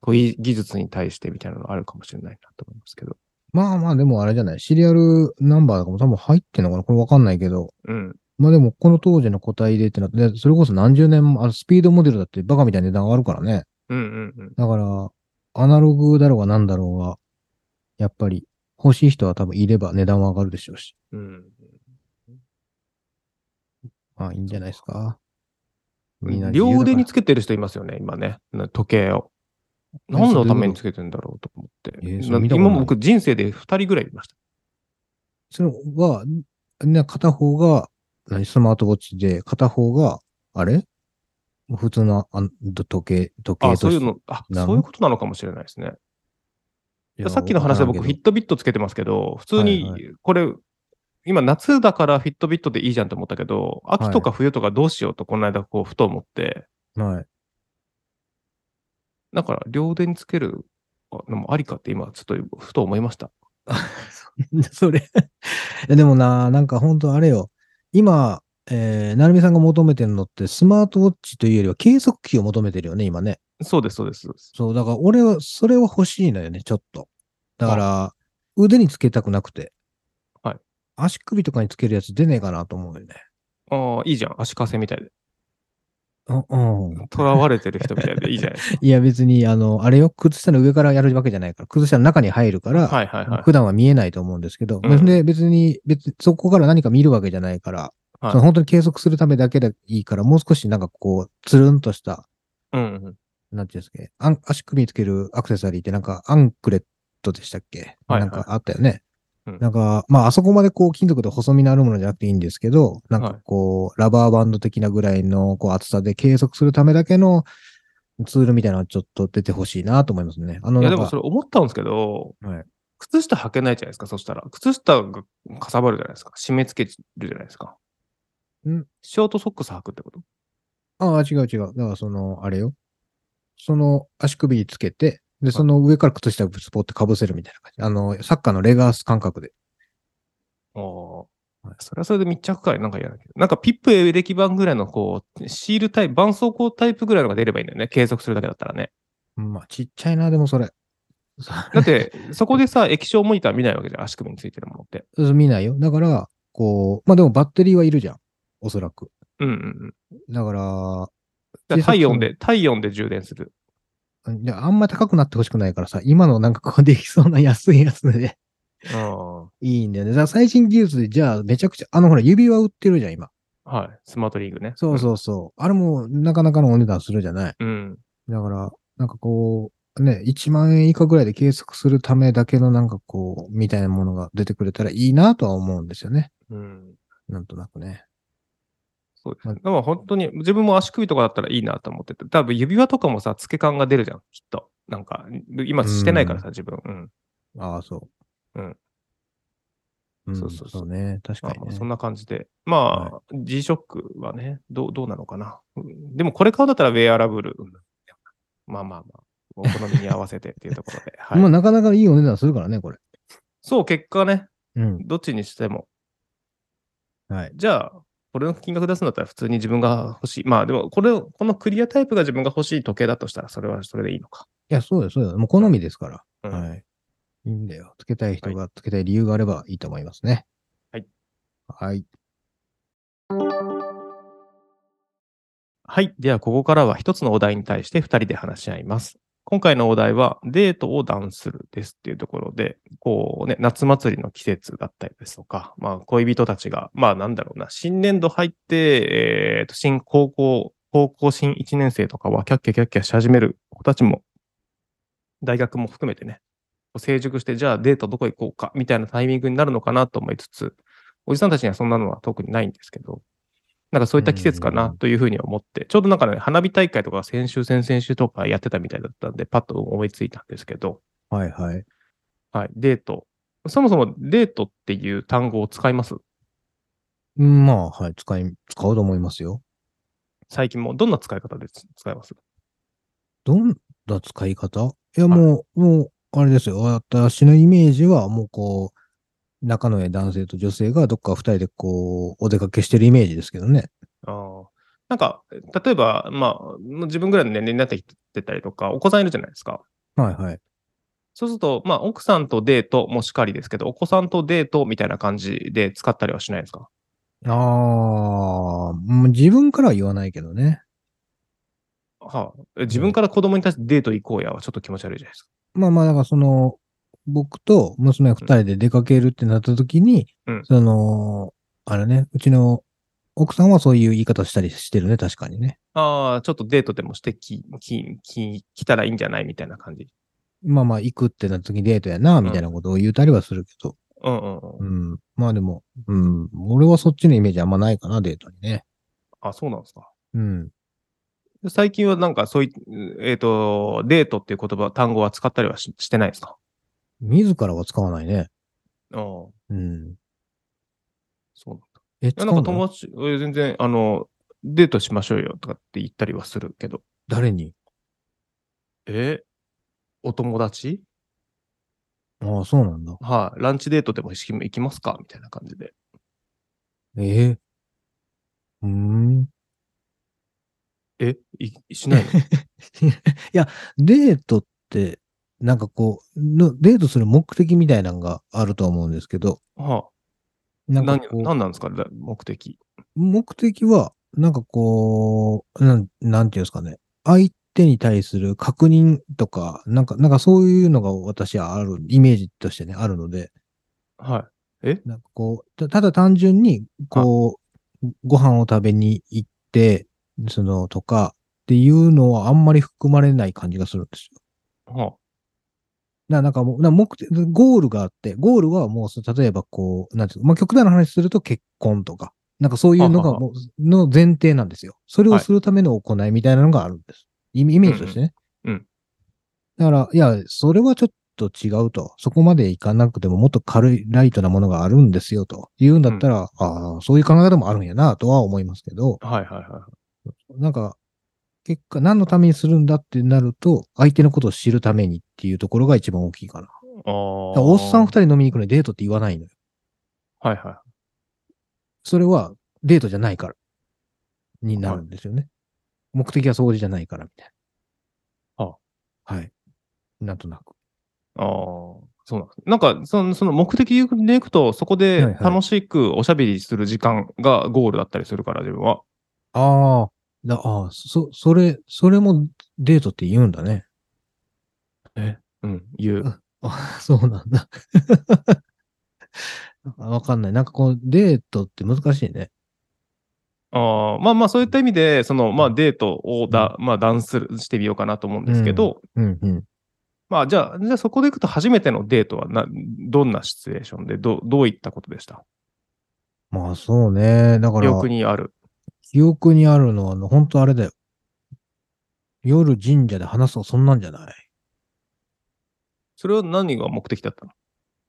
S2: こういう技術に対してみたいなのあるかもしれないなと思いますけど。
S1: まあまあ、でもあれじゃない。シリアルナンバーとかも多分入ってんのかなこれわかんないけど。
S2: うん。
S1: まあでも、この当時の個体でってなって、それこそ何十年も、あの、スピードモデルだってバカみたいな値段があるからね。
S2: うんうんうん。
S1: だから、アナログだろうが何だろうが、やっぱり欲しい人は多分いれば値段は上がるでしょうし。
S2: うん。
S1: まあいいんじゃないですか。
S2: 両腕につ
S1: つ
S2: けてる人いますよね、今ね。な時計を。何のためにつけてんだろうと思って。
S1: えーそれ
S2: な
S1: 見たことない
S2: 今も僕人生で2人ぐらいいました。
S1: それは、ね、片方が、何、スマートウォッチで、片方が、あれ普通のあん時計、時計
S2: あ、
S1: と
S2: そうい
S1: し
S2: う
S1: て
S2: の、あ、
S1: なの
S2: そういうことなのかもしれないですね。
S1: いや
S2: さっきの話で
S1: わか
S2: 僕、
S1: ら
S2: フ
S1: んけ
S2: ィ
S1: ど
S2: ットビットつけてますけど、普通に
S1: はい
S2: これ、今、夏だからフィットビットでいいじゃんと思ったけど、秋とか冬とかどうしようと、この間、こう、ふと思って、
S1: はい。
S2: だから、両腕につけるのもありかって、今、ちょっとふと思いました。
S1: それ。いやでもな、なんか本当あれよ。今、えー、なるみさんが求めてるのって、スマートウォッチというよりは計測器を求めてるよね、今ね。
S2: そうです、そうです。そうです
S1: そう、だから俺は、それは欲しいのよね、ちょっと。だから、腕につけたくなくて。
S2: はい。
S1: 足首とかにつけるやつ出ねえかなと思うよね。
S2: ああ、いいじゃん。足かせみたいで。
S1: うん、うん。
S2: 囚われてる人みたいでいいじゃないですか。
S1: いや別に、あの、あれよ、靴下の上からやるわけじゃないから、靴下の中に入るから、
S2: はいはいはい。
S1: 普段は見えないと思うんですけど、
S2: うん
S1: で別に、別にそこから何か見るわけじゃないから、
S2: はい
S1: その本当に計測するためだけでいいから、もう少しなんかこう、つるんとした、
S2: うんうん。
S1: なんていうんですかね、あん足首につけるアクセサリーってなんかアンクレットでしたっけ、
S2: はいはい
S1: なんかあったよね。
S2: うん
S1: なんか、まあ、あそこまでこう、金属で細身のあるものじゃなくていいんですけど、なんかこう、ラバーバンド的なぐらいの、こう、厚さで計測するためだけのツールみたいなのはちょっと出てほしいなと思いますね。あの、
S2: いや、
S1: な
S2: で
S1: ん
S2: も
S1: か
S2: そ、れ思ったんですけど、
S1: はい
S2: 靴下履けないじゃないですか、そしたら。靴下がかさばるじゃないですか。締め付けるじゃないですか。
S1: ん
S2: ショートソックス履くってこと
S1: ああ、違う違う。だから、その、あれよ。その、足首につけて、で、その上から靴下をスポッて被せるみたいな感じ。あの、サッカーのレガース感覚で。
S2: おーそれはそれで密着感なんか嫌だけど。なんかピップエレキ板ぐらいのこう、シールタイプ、絆創膏タイプぐらいのが出ればいいんだよね。継続するだけだったらね。
S1: まあ、ちっちゃいな、でもそれ。
S2: だ って、そこでさ、液晶モニター見ないわけじゃん。足首についてるものって。
S1: そう見ないよ。だから、こう、まあでもバッテリーはいるじゃん。おそらく。
S2: うんうんうん。
S1: だから、
S2: だから体温で、体温で充電する。
S1: であんま高くなってほしくないからさ、今のなんかこうできそうな安いやつで
S2: うん
S1: いいんだよね。だから最新技術で、じゃあめちゃくちゃ、あのほら指輪売ってるじゃん、今。
S2: はい。スマートリングね。
S1: そうそうそう。あれもなかなかのお値段するじゃない。
S2: うん。うん。
S1: だから、なんかこう、ね、1万円以下ぐらいで計測するためだけのなんかこう、みたいなものが出てくれたらいいなとは思うんですよね。
S2: うん。
S1: なんとなくね。
S2: そうです
S1: まあ
S2: ね。でも本当に、自分も足首とかだったらいいなと思ってて、多分指輪とかもさ、付け感が出るじゃん、きっと。なんか、今してないからさ、自分。うん。
S1: ああ、そう。
S2: うん。
S1: うん、そ
S2: そうう
S1: そ
S2: そうう
S1: そ
S2: そう
S1: うね。確か
S2: まあ
S1: に、
S2: まあ
S1: ね
S2: そんな感じで。まあ、G-SHOCK はね、どう、どうなのかな。うんでもこれ買うんだったらウェアラブル。うんまあまあまあ、お好みに合わせてっていうとこ ろで。はい
S1: まあなかなかいいお値段するからね、これ。
S2: そう、結果ね、
S1: うん。
S2: どっちにしても。
S1: はい。
S2: じゃあ、これの金額出すんだったら普通に自分が欲しい。まあでも、これ、このクリアタイプが自分が欲しい時計だとしたら、それはそれでいいのか。
S1: いや、そうです、そうです。もう好みですから。
S2: うん
S1: はい。いいんだよ。つけたい人がつけたい理由があればいいと思いますね。
S2: はい。
S1: はい。
S2: はい。では、ここからは一つのお題に対して二人で話し合います。今回のお題は、デートを断するですっていうところで、こうね、夏祭りの季節だったりですとか、まあ、恋人たちが、まあ、なんだろうな、新年度入って、えーと、新高校、高校新1年生とかは、キャッキャキャッキャし始める子たちも、大学も含めてね、こう成熟して、じゃあデートどこ行こうか、みたいなタイミングになるのかなと思いつつ、おじさんたちにはそんなのは特にないんですけど、なんかそういった季節か
S1: う
S2: なんというふうに思って、ちょうどなんかね、花火大会とか先週、先々週とかやってたみたいだったんで、パッと思いついたんですけど、
S1: はいはい。
S2: はい、デート。そもそもデートっていう単語を使います
S1: うんまあ、はい。使い、使うと思いますよ。
S2: 最近もどんな使い方で使います
S1: どんな使い方いや、もう、もう、あれですよ。私のイメージは、もうこう、仲のいい男性と女性がどっか二人でこう、お出かけしてるイメージですけどね。
S2: あーなんか、例えば、まあ、もう自分ぐらいの年齢になってきてたりとか、お子さんいるじゃないですか。
S1: はいはい。
S2: そうすると、まあ、奥さんとデートもしかりですけど、お子さんとデートみたいな感じで使ったりはしないですか
S1: ああ、もう自分からは言わないけどね。
S2: はあ、え自分から子供に対してデート行こうやはちょっと気持ち悪いじゃないですか。
S1: まあまあ、だからその、僕と娘二人で出かけるってなった時に、
S2: うん
S1: その、あれね、うちの奥さんはそういう言い方したりしてるね、確かにね。
S2: ああ、ちょっとデートでもしてき、き、き、来たらいいんじゃないみたいな感じ。
S1: まあまあ、行くってなった時デートやな、みたいなことを言うたりはするけど、
S2: うんうんうん。
S1: うん。まあでも、うん。俺はそっちのイメージあんまないかな、デートにね。
S2: あ、そうなんですか。
S1: うん。
S2: 最近はなんかそういえっ、と、デートっていう言葉、単語は使ったりはししてないですか
S1: 自らは使わないね。
S2: うん。そ
S1: うん。
S2: うなんだ。
S1: え、
S2: いや
S1: 使
S2: なん
S1: う
S2: か
S1: の
S2: 友達、え全然、あの、デートしましょうよとかって言ったりはするけど。
S1: 誰に
S2: えお友達
S1: ああ、そうなんだ。
S2: はい、ランチデートでも行きますかみたいな感じで。
S1: ええうーん。
S2: えいしないの
S1: いや、デートって、なんかこうの、デートする目的みたいなのがあると思うんですけど、
S2: は
S1: な
S2: あ、
S1: んか
S2: 何
S1: こう、
S2: 何 なんですかだ目的。
S1: 目的は、なんかこう、なん、なんていうんですかね、相手に対する確認とか、なんか、なんかそういうのが私はある、イメージとしてね、あるので、
S2: は
S1: なんかこう、たただ単純に、こう、ご飯を食べに行って、その、とか、っていうのはあんまり含まれない感じがするんですよ。
S2: い。は
S1: ななんかもう、な目的、ゴールがあって、ゴールはもうそう、例えばこう、なんていうか、まあ、極端な話すると結婚とか、なんかそういうの
S2: は
S1: が
S2: はは
S1: もう、の前提なんですよ。それを
S2: はい
S1: するための行いみたいなのがあるんです。イメイメージとしてね。
S2: うんうんうん
S1: だから、いや、それはちょっと違うと。そこまでいかなくてももっと軽い、ライトなものがあるんですよと。言うんだったら、ああ、そういう考え方もあるんやなとは思いますけど、
S2: はいはいは
S1: なんか、結果、何のためにするんだってなると、相手のことを知るためにっていうところが一番大きいかな。
S2: い。ああ。
S1: だからおっさん二人飲みに行くのにデートって言わないのよ。
S2: はいは
S1: それはデートじゃないから。になるんですよね。目的は掃除じゃないからみたいな。
S2: あ
S1: はい。なんとなく。
S2: い。ああ。そうなんです。なんか、その、その目的でいくと、そこで
S1: はいはい
S2: 楽しくおしゃべりする時間がゴールだったりするから、自分は。
S1: ああ、だああ、そ、それ、それもデートって言うんだね。
S2: うん、言う。
S1: あ そうなんだ。あわかんない。なんかこう、デートって難しいね。
S2: ああまあまあ、そういった意味で、その、まあ、デートをだ、まあ、ダンスしてみようかなと思うんですけど、
S1: うんうん。
S2: まあ、じゃあ、じゃあそこでいくと初めてのデートはな、どんなシチュエーションで、ど、どういったことでした
S1: まあそうね。だか
S2: 記
S1: ら、
S2: 憶にある。
S1: 記憶にあるのは、あの、本当あれだよ。夜神社で話そう、そんなんじゃない
S2: それは何が目的だったの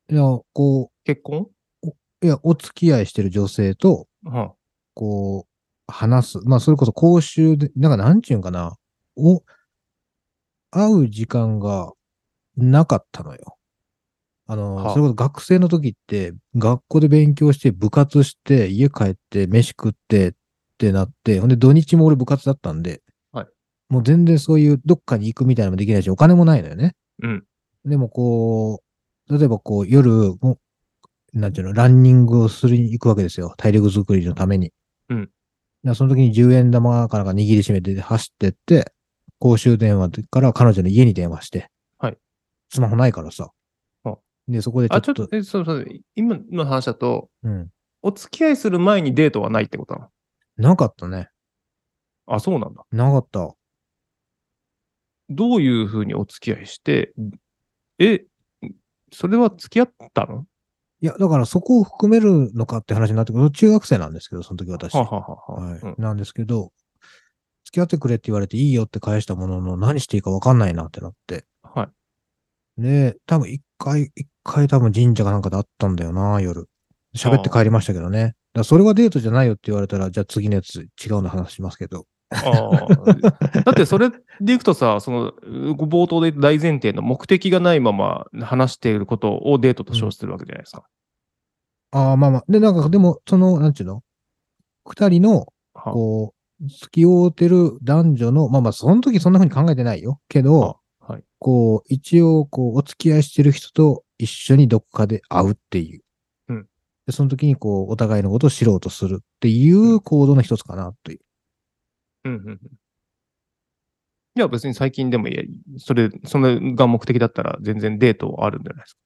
S1: いや、こ
S2: 結婚
S1: う、いや、お付き合いしてる女性と、
S2: うん。
S1: こう、話す。まあ、それこそ公衆で、なんか、なんちゅうんかな。お、会う時間がなかったのよ。あの、
S2: はあ
S1: それこそ学生の時って、学校で勉強して、部活して、家帰って、飯食ってってなって、ほんで土日も俺部活だったんで、
S2: はい
S1: もう全然そういうどっかに行くみたいなのもできないし、お金もないのよね。
S2: うん。
S1: でもこう、例えばこう夜、もうなんていうの、ランニングをするに行くわけですよ。体力作りのために。
S2: うん
S1: だからその時に10円玉かなんか握りしめて走ってって、公衆電話から彼女の家に電話して。
S2: はい。
S1: スマホないからさ
S2: あ。
S1: で、そこでちょ
S2: あ、
S1: っ
S2: ちょっ
S1: と、
S2: と、え、そうそう、今の話だと、
S1: うん。
S2: お付き合いする前にデートはないってことなの
S1: なかったね。
S2: あ、そうなんだ。
S1: なかった。
S2: どういうふうにお付き合いして、え、それは付き合ったの
S1: いや、だからそこを含めるのかって話になってくる。中学生なんですけど、その時私。
S2: はあはあはあはあ
S1: はい、
S2: うん
S1: なんですけど、付き合ってくれって言われていいよって返したものの、何していいか分かんないなってなって。
S2: はい。
S1: で、多分一回、一回多分神社かなんかであったんだよな、夜。喋って帰りましたけどね。だからそれはデートじゃないよって言われたら、じゃあ次のやつ違うの話しますけど。
S2: ああだってそれでいくとさ、そのう冒頭で大前提の目的がないまま話していることをデートと称するわけじゃないですか。
S1: ああ、まあまあ。で、なんかでも、その、なんちゅうの二人の、
S2: はあ
S1: こう、付き合うてる男女の、まあまあ、その時そんな風に考えてないよ。けど、
S2: あはい
S1: こう、一応、こう、お付き合いしてる人と一緒にどこかで会うっていう。
S2: うん
S1: で、その時に、こう、お互いのことを知ろうとするっていう行動の一つかな、という。
S2: うんうんうんいや、別に最近でもいや、それ、それが目的だったら全然デートはあるんじゃないですか。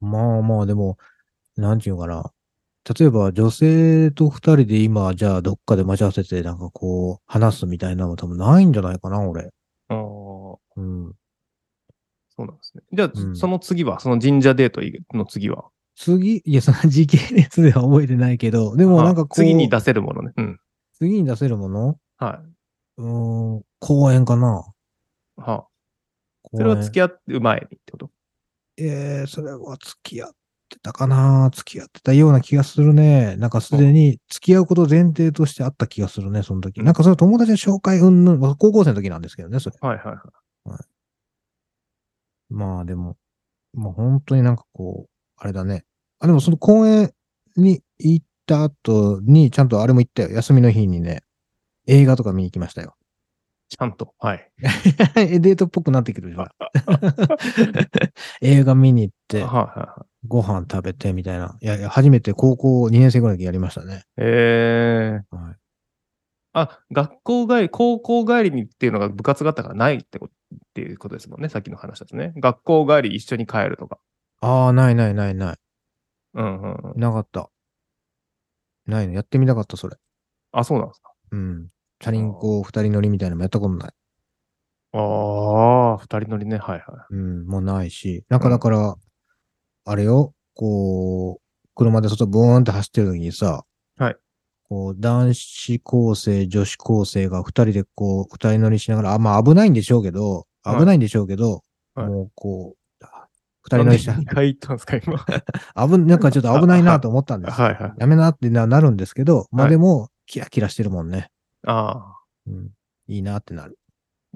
S1: まあまあ、でも、なんていうのかな。例えば、女性と二人で今、じゃあ、どっかで待ち合わせて、なんかこう、話すみたいなのも多分ないんじゃないかな、俺。
S2: ああ、そ
S1: うん。
S2: うなんですね。じゃあ、
S1: うん
S2: その次は、その神社デートの次は。
S1: 次、いや、その時系列では覚えてないけど、でもなんか
S2: あ
S1: こう、
S2: 次に出せるものね。うん。
S1: 次に出せるもの
S2: は。
S1: うーん、公園かない
S2: はあ、
S1: 公
S2: それは付
S1: 合
S2: き合う前にってこと。
S1: えー、それは付き合ってたかな付き合ってたような気がするね。なんかすでに付き合うこと前提としてあった気がするね、その時。
S2: うん
S1: なんかその友達の紹介うんぬん、まあ高校生の時なんですけどね、それ。
S2: はいはいはい。
S1: まあでも、まあ本当になんかこう、あれだね。あ、でもその公園に行った後に、ちゃんとあれも行ったよ。休みの日にね、映画とか見に行きましたよ。
S2: ちゃんと。はい。
S1: え デートっぽくなってくるじゃん。 映画見に行って
S2: はい、はいはい。
S1: ご飯食べてみたいな。いやいや、初めて高校2年生ぐらいでやりましたね。
S2: ええ
S1: はい
S2: あ、学校帰り、高校帰りにっていうのが部活があったからないってことっていうことですもんね。さっきの話ですね。学校帰り一緒に帰るとか。
S1: ああ、ないないないない。
S2: うんうんうん。
S1: なかった。ないの。やってみたかった、それ。
S2: あ、そうなんですか。
S1: うん。チャリンコ2人乗りみたいなのもやったことない。
S2: ああ、二人乗りね。はいはい。
S1: うん、もうないし、なんかだから、あれよ、こう、車で外ブーンって走ってる時にさ、
S2: はい。
S1: こう、男子高生、女子高生が二人でこう、二人乗りしながら、あ、まあ危ないんでしょうけど、
S2: はい
S1: 危ないんでしょうけど、
S2: はい
S1: もうこう、二人乗りした
S2: なんで二回行ったんですか、今。は
S1: 危、なんかちょっと危ないなと思ったんですよ。
S2: いはい。
S1: やめなってななるんですけど、まあ
S2: はい
S1: でも、キラキラしてるもんね。
S2: ああ。
S1: うん。いいなってなる。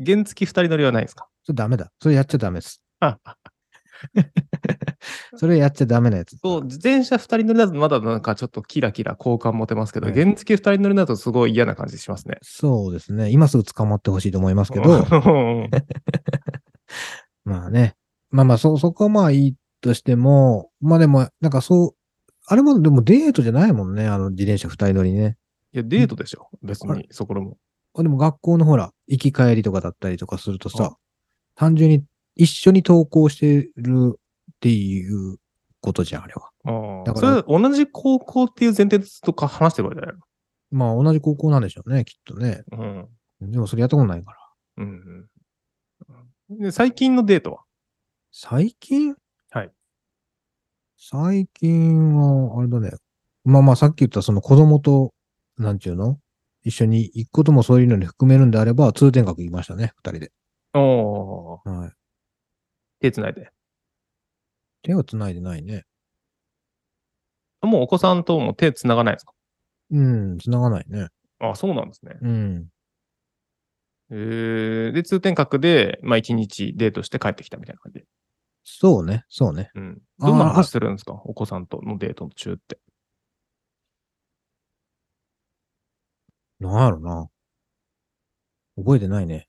S2: 原付二人乗りはないんですか
S1: それダメだ。それやっちゃダメです。
S2: あ、
S1: それやっちゃダメなやつ。
S2: そう、自転車二人乗りだとまだなんかちょっとキラキラ好感持てますけど、
S1: ね
S2: 原付二人乗りだとすごい嫌な感じしますね。
S1: そうですね。今すぐ捕まってほしいと思いますけ ど、
S2: ど、
S1: まあね。まあまあ、そ、そこはまあいいとしても、まあでも、なんかそう、あれもでもデートじゃないもんね。あの自転車二人乗りね。
S2: いや、デートでしょ。別
S1: あれ
S2: に、そこらも。
S1: あでも学校のほら、行き帰りとかだったりとかするとさ
S2: あ、
S1: 単純に一緒に登校してるっていうことじゃん、あれは。
S2: あ
S1: だ
S2: あ。
S1: か
S2: そ
S1: ら
S2: れ、同じ高校っていう前提とか話してばいいじゃない
S1: まあ同じ高校なんでしょうね、きっとね。
S2: の
S1: でもそれやったことないから。
S2: うん。うん。で、最近のデートは
S1: 最近
S2: はい。
S1: 最近は、あれだね。まあまあ、さっき言ったその子供と、なんちゅうの一緒に行くこともそういうのに含めるんであれば、通天閣行きましたね、二人で。
S2: おお。
S1: はい。
S2: 手つないで。
S1: 手を繋いでないね。
S2: もうお子さんとも手つながないんですか
S1: うん、繋がないね。
S2: ああ、そうなんですね。
S1: うん。
S2: えー、で、通天閣で、まあ、一日デートして帰ってきたみたいな感じ。
S1: そうね、そうね。
S2: うん。
S1: あー
S2: どんな話するんですかお子さんとのデート中って。
S1: なんやろな。覚えてないね。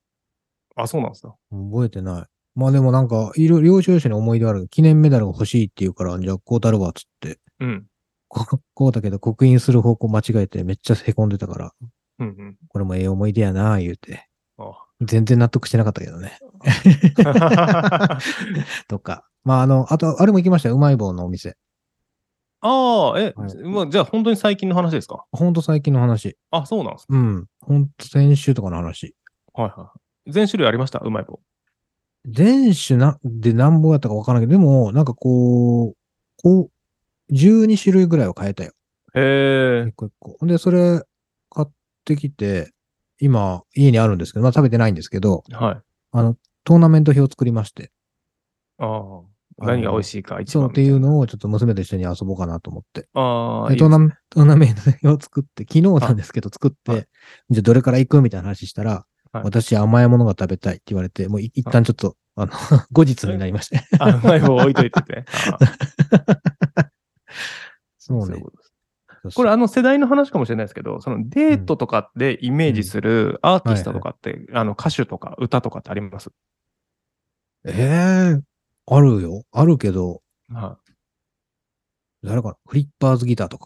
S2: あ、そうなんですか。
S1: 覚えてない。まあでもなんか、いろ、領収書に思い出ある。記念メダルが欲しいって言うから、じゃあ、こうだるわ、つって。
S2: うん。
S1: ここうだけど、刻印する方向間違えて、めっちゃ凹んでたから、
S2: うんうん。
S1: これもええ思い出やな、言うて。
S2: あ
S1: 全然納得してなかったけどね。
S2: あ
S1: とか。まあ、あの、あと、あれも行きましたよ。うまい棒のお店。
S2: あー、え、
S1: はい
S2: まあ、じゃあ本当に最近の話ですか
S1: ほんと最近の話。
S2: あ、そうなんですね。
S1: うん。ほんと先週とかの話。
S2: はいはい。全種類ありましたうまい棒。
S1: 前週な、で何本やったかわからないけど、でも、なんかこう、こう、12種類ぐらいを変えたよ。
S2: へえ
S1: 一。個一個。ほんで、それ、買ってきて、今、家にあるんですけど、まあ食べてないんですけど、
S2: はい。
S1: あの、トーナメント表を作りまして、
S2: あ
S1: あ
S2: あ。
S1: の
S2: 何が美味しいか、一
S1: そう
S2: 番
S1: っ
S2: み
S1: て
S2: たい
S1: い
S2: な。
S1: うのをちょっと娘と一緒に遊ぼうかなと思って。
S2: ああ、
S1: で
S2: いい
S1: トー
S2: で
S1: ナ
S2: す
S1: メント、トーナメント表を作って、昨日なんですけど作っ
S2: は
S1: て、じゃあどれから行くみたいな話したら、
S2: はい
S1: 私甘いものが食べたいって言われて、もうい一旦ちょっと、あの、 後日になりまして。
S2: あうまい棒置いとい ててね。あー
S1: そう
S2: そうい
S1: ね
S2: う。ことですこれ、あの世代の話かもしれないですけど、そのデートとかでイメージするアーティストとかって、あの歌手とか歌とかってあります
S1: ええあるよ。あるけど、
S2: は
S1: 誰かなフリッパーズギターとか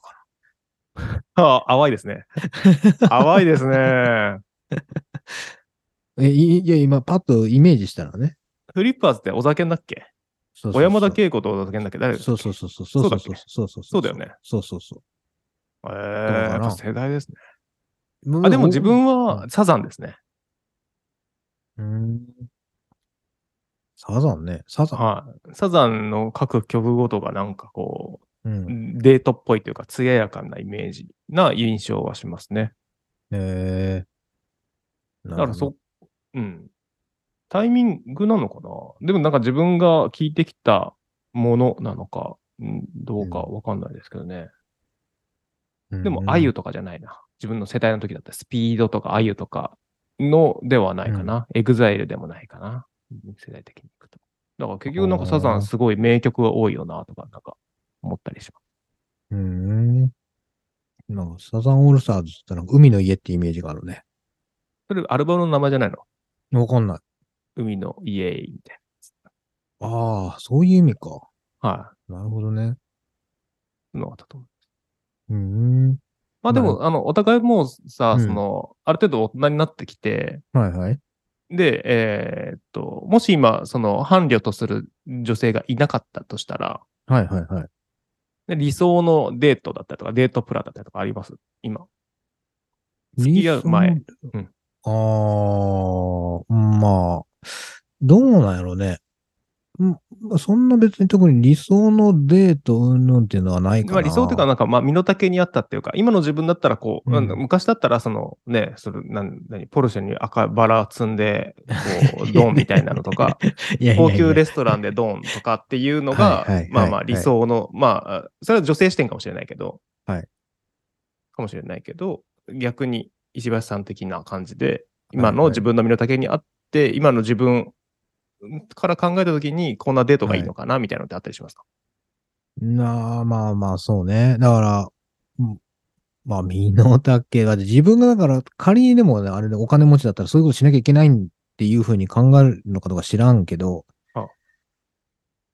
S1: か
S2: い。ああ、淡 いですね。淡いですね。
S1: な。え、いいや、今、パッとイメージしたらね。
S2: フリッパーズってお酒んだっけ
S1: そうそうそう
S2: 小山田恵子とお酒んだっけ誰だっけ
S1: そうそうそうそうそうそうそうそう
S2: そうだよね。
S1: そうそうそ
S2: ええ
S1: かな
S2: やっぱ世代ですね。
S1: う。
S2: あ、でも自分
S1: う
S2: はサザンですね。
S1: うんサザンね。サザン。
S2: はい。サザンの各曲ごとがなんかこ
S1: うん
S2: う、。デートっぽいというか、艶やかなイメージな印象はしますね。
S1: えー。だ
S2: だからそ、うん。タイミングなのかなでもなんか自分が聞いてきたものなのか、うんどうかわかんないですけどね。でも、あゆとかじゃないな。自分の世代の時だったらスピードとかあゆとかのではないかな。エグザイルでもないかな。うん世代的にいくと。だから結局なんかサザ
S1: あー
S2: ンすごい名曲が多いよなとか、なんか思ったりしま
S1: うん。うん。なんかサザンオールスターズってなんか海の家ってイメージがあるね。
S2: す。それアルバムの名前じゃないの
S1: わかんない。
S2: 海のイエイみたい
S1: ああ、そういう意味か。
S2: な。は
S1: なるほどね。
S2: い。のあったと思う。
S1: うん。
S2: まあで
S1: なる
S2: も、あの、お互いもうさ、
S1: うん
S2: その、ある程度大人になってきて、
S1: はいはい。
S2: で、えーっと、もし今、その伴侶とする女性がいなかったとしたら、
S1: はいはいはい。
S2: で理想のデートだったりとか、デートプランだったりとかあります今。付き合う前
S1: 理想の。
S2: うん
S1: ああ、まあ、どうなんやろうね。うんまあそんな別に特に理想のデートうんぬんっていうのはないかな。
S2: まあ、理想というか、なんか、まあ、身の丈にあったっていうか、今の自分だったら、こう、
S1: うん
S2: なん、昔だったら、その、ね、それ、なん、何、ポルシェに赤バラ積んで、こう、ドンみたいなのとか、
S1: いやいやいや
S2: 高級レストランでドンとかっていうの
S1: はい
S2: が
S1: はいはい、
S2: まあまあ、理想の、まあ、それは女性視点かもしれないけど、
S1: はい
S2: かもしれないけど、逆に、石橋さん的な感じで、今の自分の身の丈にあって、今の自分から考えたときに、こんなデートがいいのかな、みたいなのってあったりしますか
S1: なあ、まあまあ、そうね。だから、うんまあ、身の丈が、自分がだから、仮にでもね、あれでお金持ちだったら、そういうことしなきゃいけないっていうふうに考えるのかどうか知らんけど
S2: あ、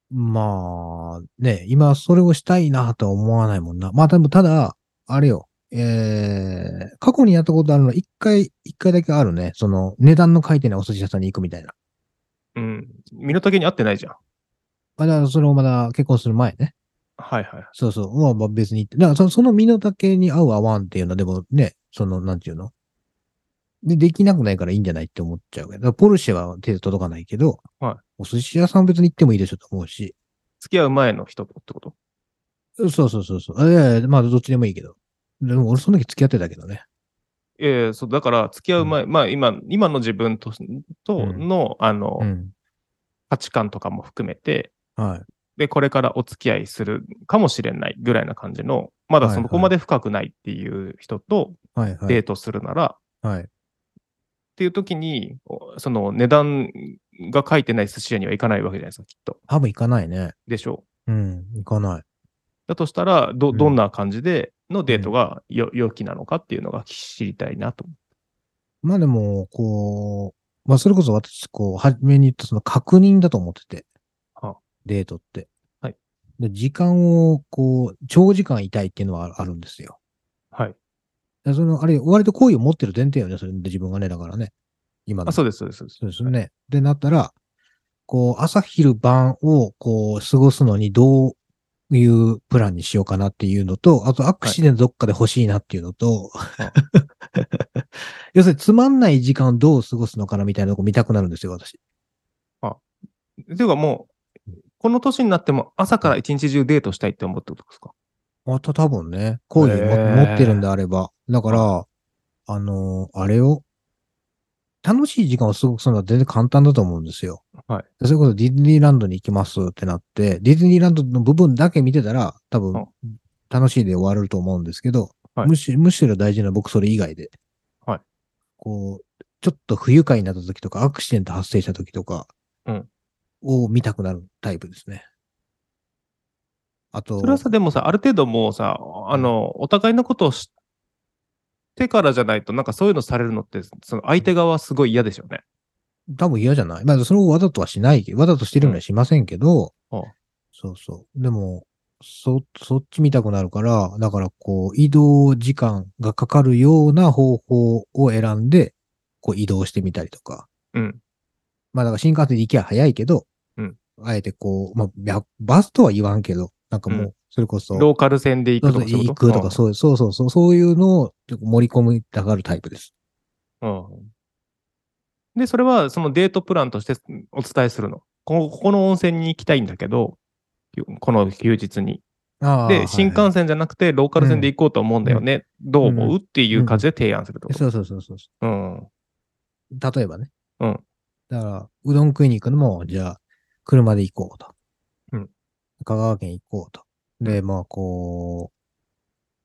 S1: まあ、ね、今、それをしたいなとは思わないもんな。まあ、多分、ただ、あれよ、えー、過去にやったことあるのは、一回、一回だけあるね。その、値段の書いてないお寿司屋さんに行くみたいな。
S2: うん。身の丈に合ってないじゃん。
S1: まあだから、それをまだ結婚する前ね。
S2: はいはい。
S1: そうそう。まあまあ別に言って。だからそのその身の丈に合う合わんっていうのは、でもね、その、なんていうので、できなくないからいいんじゃないって思っちゃうけど、だからポルシェは手届かないけど、
S2: はい
S1: お寿司屋さん別に行ってもいいでしょと思うし。
S2: 付き合う前の人とってこと
S1: そうそうそうそう。あいやいや、まあどっちでもいいけど。でも俺その時付き合ってたけどね。
S2: ええそう、だから、付き合う前、まあ、今、今の自分と、と
S1: うん
S2: の、あの、
S1: うん。
S2: 価値観とかも含めて、
S1: はい。
S2: で、これからお付き合いするかもしれないぐらいな感じの、まだ
S1: はいは
S2: そ
S1: い
S2: こまで深くないっていう人と
S1: はいは
S2: デー
S1: い。
S2: トするなら、っ
S1: はい。
S2: ていう時に、おその値段が書いてない寿司屋には行かないわけじゃないですか、きっと。
S1: 多分行かないね。
S2: でしょう。
S1: うん。行かない。
S2: だとしたら、ど、
S1: うん
S2: どんな感じでのデートがよ、良きなのかっていうのが知りたいなと。
S1: まあでも、こう、まあそれこそ私、こう、初めに言ったその確認だと思ってて
S2: はあ、
S1: デートって。
S2: はい
S1: で。時間を、こう、長時間いたいっていうのはああるんですよ。
S2: はい。
S1: でその、あれ、割と好意を持ってる前提よね、それで自分がね、だからね。今の。
S2: あ、そうです、そうです。そうです
S1: そうですよね。で、なったら、こう、朝昼晩を、こう、過ごすのにどういうプランにしようかなっていうのと、あとアクシデントどっかで欲しいなっていうのと、
S2: い
S1: 要するにつまんない時間をどう過ごすのかなみたいなとこ見たくなるんですよ、私。
S2: っていうかもう、この年になっても朝から一日中デートしたいって思ってことですか
S1: また多分ね、好意を持
S2: へー
S1: 持ってるんであれば。だから、あのーあれを、楽しい時間を過ごすのは全然簡単だと思うんですよ。
S2: はい
S1: それこそディズニーランドに行きますってなって、ディズニーランドの部分だけ見てたら、多
S2: うん
S1: 分、楽しいで終わると思うんですけど、
S2: はい
S1: むしむしろ大事なのは僕それ以外で。
S2: はい
S1: こう、ちょっと不愉快になった時とか、アクシデント発生した時とか、
S2: うん
S1: を見たくなるタイプですね。あと、
S2: それはさ、でもさ、ある程度もうさ、あの、お互いのことを知ってからじゃないと、なんかそういうのされるのって、その相手側はすごい嫌でしょうね。
S1: 多分嫌じゃないまあ、それをわざとはしないけど、わざとしてるのはしませんけど、
S2: うんああ
S1: そうそう。でも、そ、そっち見たくなるから、だからこう、移動時間がかかるような方法を選んで、こう移動してみたりとか。
S2: うん。
S1: まあ、だから新幹線で行きゃ早いけど、
S2: うん
S1: あえてこう、まあや、バスとは言わんけど、なんかも
S2: う
S1: う、それこそ、
S2: ローカル線で行
S1: そう
S2: く
S1: そう
S2: とかそういう
S1: 行
S2: こ
S1: く
S2: と
S1: とか、そうそうそうそう、そういうのを盛り込みたがるタイプです。
S2: うんうんで、それはそのデートプランとしてお伝えするの。こここの温泉に行きたいんだけど、この休日に。
S1: ああ
S2: で、新
S1: 線
S2: 幹線じゃなくてローカル線で行こうと思うんだよね。どう思うっていう感じで提案するってこと。
S1: そうそうそうそう。
S2: うん。
S1: 例えばね。
S2: うん。
S1: だから、うどん食いに行くのも、じゃあ、車で行こうと。
S2: うん。
S1: 香川県行こうと。で、まあ、こう、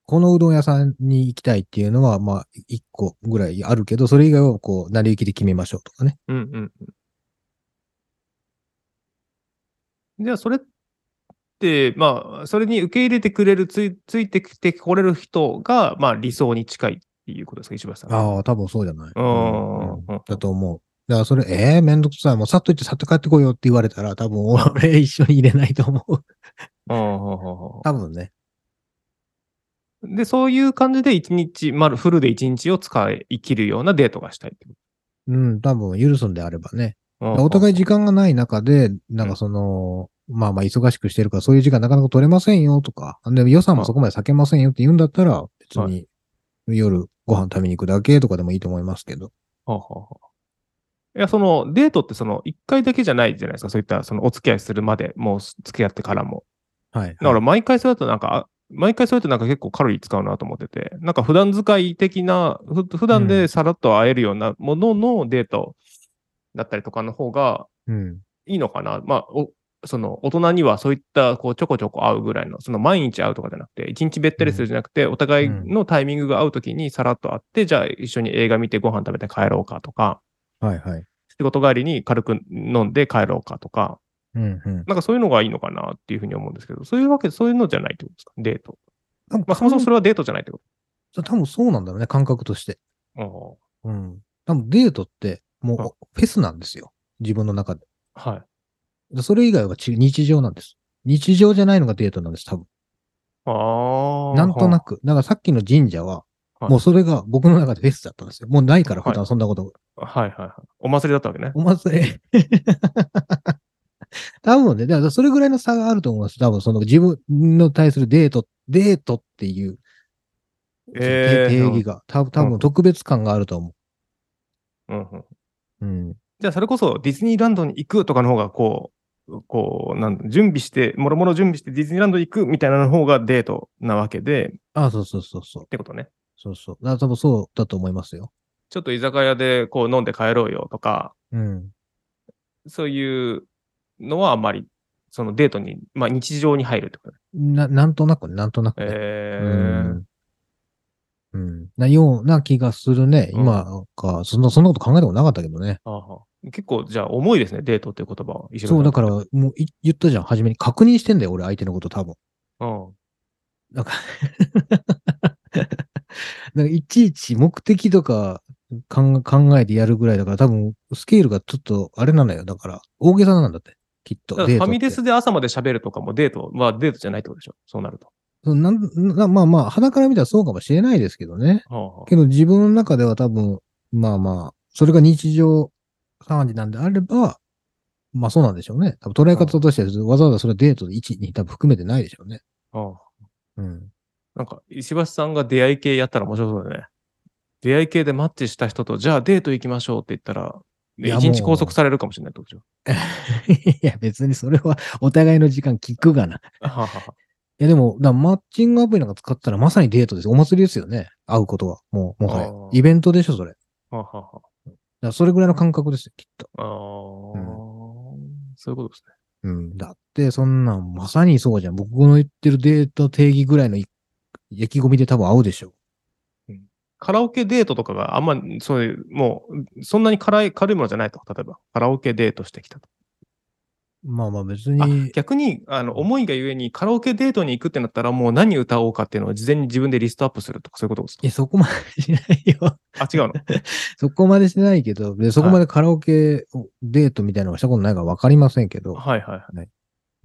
S1: このうどん屋さんに行きたいっていうのは、まあ、一個ぐらいあるけど、それ以外は、こう、成り行きで決めましょうとかね。
S2: うんうんうん。じゃあ、それって、まあ、それに受け入れてくれる、ついついてきてこれる人が、まあ、理想に近いっていうことですか、石橋さん。
S1: ああ、多分そうじゃない。
S2: うん
S1: うんだと思う。だから、それ、ええめんどくさい。もう、さっと行って、さっと帰ってこいよって言われたら、多分、俺、一緒に入れないと思う。
S2: うんうんうんう
S1: 多分ね。
S2: んで、そういう感じで一日、まあ、フルで一日を使い生きるようなデートがしたいってこ
S1: うん、多分、許すんであればね。
S2: と。
S1: お互い
S2: 時
S1: 時間がない中で、なんかその、まあまあ忙しくしてるから、そういう時間なかなか取れませんよとか、でも予算もそこまで避けませんよって言うんだったら、別
S2: は
S1: に夜ご飯食べに行くだけとかでもいいと思いますけど。
S2: 間。はあはあはあいや、そのデートってその一回だけじゃないじゃないですか。そういったそのお付き合いするまで、もう付き合ってからも。
S1: はい。
S2: だから毎回それだとなんか、あ毎回それだとなんか結構カロリー使うなと思ってて、なんか普段使い的な、ふ普段でさらっと会えるようなもののデートだったりとかの方が
S1: うん。
S2: いいのかな。まあ、おその大人にはそういったこうちょこちょこ会うぐらいの、その毎日会うとかじゃなくて、一日べったりするじゃなくて、お互いのタイミングが合うときにさらっと会って、じゃあ一緒に映画見てご飯食べて帰ろうかとか、
S1: はいはい。
S2: 仕事帰りに軽く飲んで帰ろうかとか、
S1: うんうん。
S2: なんかそういうのがいいのかなっていうふうに思うんですけど、そういうわけ、そういうのじゃないってことですか、デート。
S1: 多分
S2: まあそもそもそれはデートじゃないってこ
S1: 多分そうなんだろうね、感覚として。
S2: と。
S1: うん。多分デートって、もうフェスなんですよ。自分の中で。
S2: ああはい。
S1: でそれ以外はち日常なんです。日常じゃないのがデートなんです、多分。
S2: ああ。
S1: なんとな
S2: く。
S1: く。だからさっきの神社は、
S2: はい
S1: もうそれが僕の中でフェスだったんですよ。もうないから、
S2: はい
S1: 普段そんなこと。
S2: はいはいはい。お祭りだったわけね。
S1: お祭り。 多分ね、だからそれぐらいの差があると思います。多分その自分の対するデート、デートっていう、
S2: ええ
S1: 定義が、多分多
S2: うん
S1: 分特別感があると思
S2: うんうん。
S1: う。うん。
S2: じゃあそれこそディズニーランドに行くとかの方がこう、こう、なん準備して、もろもろ準備してディズニーランド行くみたいなの方がデートなわけで、っ
S1: ああ、そうそうそうそう。
S2: てことね。
S1: そうそう。だから多分そうだと思いますよ。
S2: ちょっと居酒屋でこう飲んで帰ろうよとか、
S1: うん。
S2: そういうのはあんまり、そのデートに、まあ日常に入るってことね。
S1: な、なんとなくね、なんとなくね。
S2: え
S1: う
S2: ー
S1: ん。うん。なような気がするね。
S2: うん
S1: 今か、そんな、そんなこと考えたことなかったけどね。
S2: あは結構、じゃあ重いですね、デートっていう言葉は。石
S1: そう、
S2: 黒さ
S1: だ
S2: ん
S1: から、もうい言ったじゃん。初めに確認してんだよ、俺、相手のこと多分。
S2: うん。
S1: なんかなんかいちいち目的とか考考えてやるぐらいだから、多分、スケールがちょっと、あれなのよ。だから、大げさなんだって。きっと。
S2: だから
S1: デー
S2: フ
S1: ト
S2: ァ
S1: って
S2: ミレスで朝まで喋るとかもデートはデートじゃないってことでしょそうなると。
S1: そうなんなまあまあ、鼻から見たらそうかもしれないですけどね。
S2: はあは
S1: けど自分の中では多分、まあまあ、それが日常3時なんであれば、まあそうなんでしょうね。多分捉え方としてはわざわざそれはデートで1、2多分含めてないでしょうね。
S2: あはあ
S1: うん。
S2: なんか、石橋さんが出会い系やったら面白そうだね。出会い系でマッチした人と、じゃあデート行きましょうって言ったら、
S1: いや
S2: 一日
S1: もう
S2: 拘束されるかもしれないってことでし
S1: いや別にそれはお互いの時間聞くがな。い
S2: ょはあはあはあ
S1: やでも、だからマッチングアプリなんか使ったらまさにデートです。お祭りですよね。会うことは。もう、もは
S2: あ
S1: や
S2: ー。
S1: イベントでしょ、それ。だか
S2: はあはあは
S1: らそれぐらいの感覚ですよ、きっと。
S2: ああーそういうことです
S1: う
S2: ね。
S1: ん。だって、そんなん、まさにそうじゃん。僕の言ってるデート定義ぐらいのい意気込みで多分会うでしょ
S2: カラオケデートとかがあんま、そういう、もう、そんなに辛い、軽いものじゃないと。例えば、カラオケデートしてきたと。
S1: う。まあまあ別
S2: あ
S1: に、
S2: 逆に、あの、思いがゆえにカラオケデートに行くってなったら、もう何歌おうかっていうのを事前に自分でリストアップするとか、そういうことですか
S1: いや、そこまでしないよ。
S2: あ、違うの
S1: そこまでしないけど、でそこまでカラオケデートみたいなのをしたことないからわかりませんけど、
S2: はいはいはい。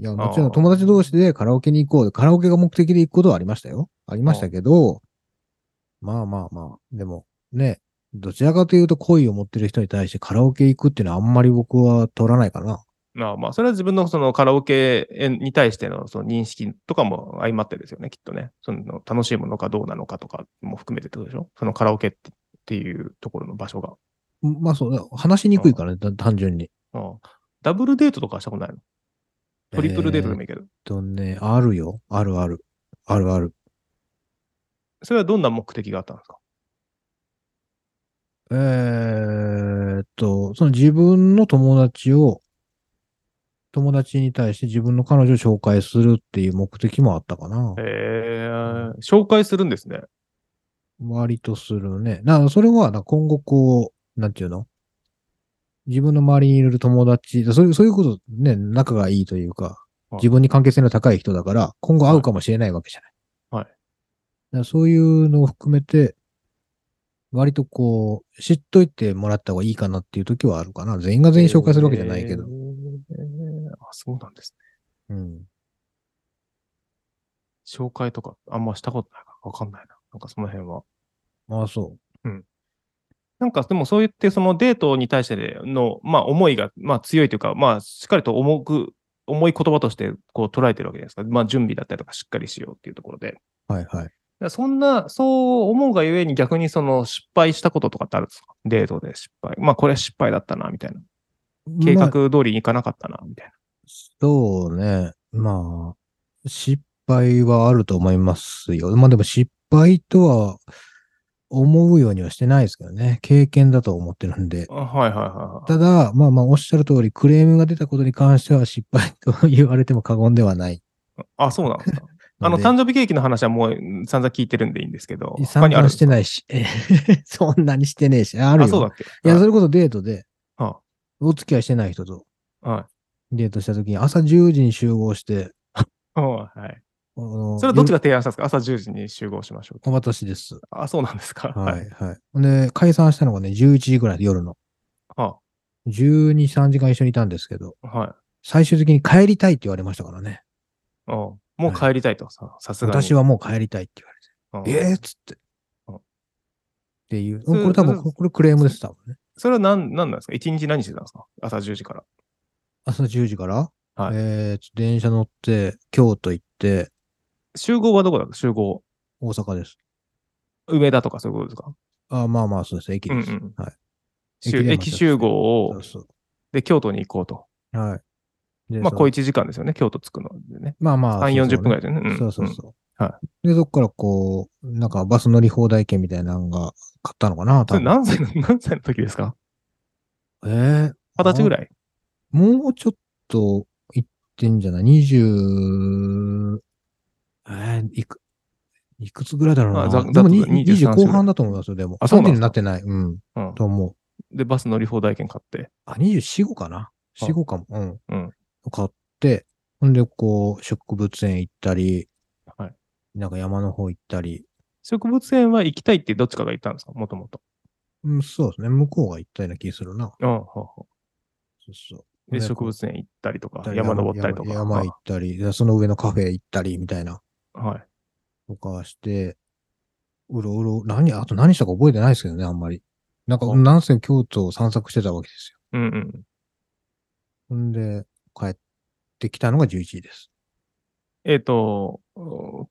S1: いや、もちろん友達同士でカラオケに行こう。カラオケが目的で行くことはありましたよ。ありましたけど、まあまあまあ、でもね、どちらかというと恋を持ってる人に対してカラオケ行くっていうのはあんまり僕は取らないかな。
S2: まあまあ、それは自分のそのカラオケに対してのその認識とかも相まってですよね、きっとね。その楽しいものかどうなのかとかも含めてってことでしょそのカラオケってっていうところの場所が。
S1: まあそう、話しにくいからね、た単純に。
S2: うんダブルデートとかしたことないのトリプルデートでも
S1: えーっ
S2: いいけど。
S1: とね、あるよ。あるある。あるある。
S2: それはどんな目的があったんですか
S1: えーっと、その自分の友達を、友達に対して自分の彼女を紹介するっていう目的もあったかな。
S2: えー、紹介するんですね。
S1: 割とするね。だからそれは、今後こう、なんていうの自分の周りにいる友達、そういう、そういうことね、仲がいいというか、
S2: はい
S1: 自分に関係性の高い人だから、今後会うかもしれないわけじゃない。
S2: はい
S1: だからそういうのを含めて、割とこう、知っといてもらった方がいいかなっていう時はあるかな。全員が全員紹介するわけじゃないけど
S2: え。ーあ、そうなんですね。
S1: うん。
S2: 紹介とかあんましたことないからわかんないな。なんかその辺は。
S1: まあそ
S2: なんかでもそう言って、そのデートに対しての、まあ、思いが、まあ、強いというか、まあ、しっかりと重く、重い言葉としてこう捉えてるわけじゃないですか。まあ、準備だったりとかしっかりしようっていうところで。
S1: う。はいはい。
S2: やそんな、そう思うがゆえに逆にその失敗したこととかってあるんですかデートで失敗。まあこれは失敗だったな、みたいな。計
S1: ま
S2: 画
S1: あ
S2: 通りにいかなかったな、みたいな。
S1: そうね。まあ、失敗はあると思いますよ。まあでも失敗とは思うようにはしてないですけどね。経験だと思ってるんで。
S2: あはいはいはいはい。
S1: ただ、まあまあおっしゃる通り、クレームが出たことに関しては失敗と言われても過言ではない
S2: あ、そうなんですか。あ
S1: の
S2: の、
S1: で。
S2: 誕生日ケーキの話はもう散々聞いてるんでいいんですけど、
S1: 散々して
S2: い。
S1: ないし。 そんなにしてねえし。あるよ。
S2: あ、そうだっけ
S1: いや、
S2: はい
S1: それこそデートで、
S2: は
S1: お付き合いしてない人と
S2: は
S1: デートした時に朝10時に集合して、
S2: い。はい。
S1: あの
S2: それはどっちが提案したんですか朝10時に集合しましょうって。
S1: 私です。
S2: あ、そうなんですか。
S1: はい、はい。で、解散したのがね、11時ぐらいで夜の。
S2: は
S1: 12、3時間一緒にいたんですけど、
S2: あはい。
S1: 最終的に帰りたいって言われましたからね。
S2: うんもう帰りたいと、ささすがに。
S1: 私はもう帰りたいって
S2: うん
S1: 言われて。ええっつって。
S2: うん
S1: っていう。
S2: それ
S1: これ多分、
S2: それ
S1: これクレームです、多分ね。
S2: それは何、何なんですか一日何してたんですか朝10時から。
S1: 朝10時から、
S2: はい
S1: えーと電車乗って、京都行って、
S2: 集合はどこだ集合。
S1: 大阪です。
S2: 梅田とかそういうことですか
S1: あまあまあ、そうです。駅
S2: うんう
S1: です。
S2: ん。
S1: はい
S2: 集
S1: 駅伝
S2: 駅集合
S1: そ
S2: を
S1: う、そ
S2: で、京都に行こうと。
S1: う。はい。で
S2: まあ、
S1: その
S2: 小1時間ですよね。京都着くのでね。
S1: まあまあ。
S2: 3、40分ぐらい
S1: い。
S2: ですよね。ん
S1: そうそうそう。
S2: うんは
S1: で、そっからこう、なんかバス乗り放題券みたいなのが買ったのかな、
S2: そ
S1: 多分。
S2: れ何歳の、 何歳の時ですか
S1: えー、
S2: 二十歳ぐらい
S1: もうちょっと行ってんじゃない ?20、えー、いく、いくつぐらいだろう
S2: あ
S1: な。
S2: ざ
S1: でもに
S2: ざっとだ23
S1: 20後半だと思いますよ、でも。
S2: あそうなん
S1: 30
S2: です
S1: に
S2: か
S1: なってない。うん。
S2: うん。
S1: と思う。
S2: で、バス乗り放題券買って。
S1: あ、24、5かな。
S2: あ
S1: 4、5かも。うん。
S2: うん
S1: 買って、ほんで、こう、植物園行ったり、
S2: はい
S1: なんか山の方行ったり、
S2: 植物園は行きたいってどっちかが言ったんですかもともと。
S1: うん、そうですね。向こうが行ったような気するな。
S2: うんほうほ
S1: そうそう
S2: で、
S1: ね
S2: 植物園行ったりとか、
S1: う。
S2: 山登ったりとか。
S1: 山山行ったり、でその上のカフェ行ったり、みたいな。
S2: はい。
S1: とかして、うろうろ、何、あと何したか覚えてないですけどね、あんまり。なんか、
S2: あ
S1: なんせ京都を散策してたわけですよ。
S2: うんうん。
S1: ほんで、帰ってきたのが11時です。
S2: えっ、と、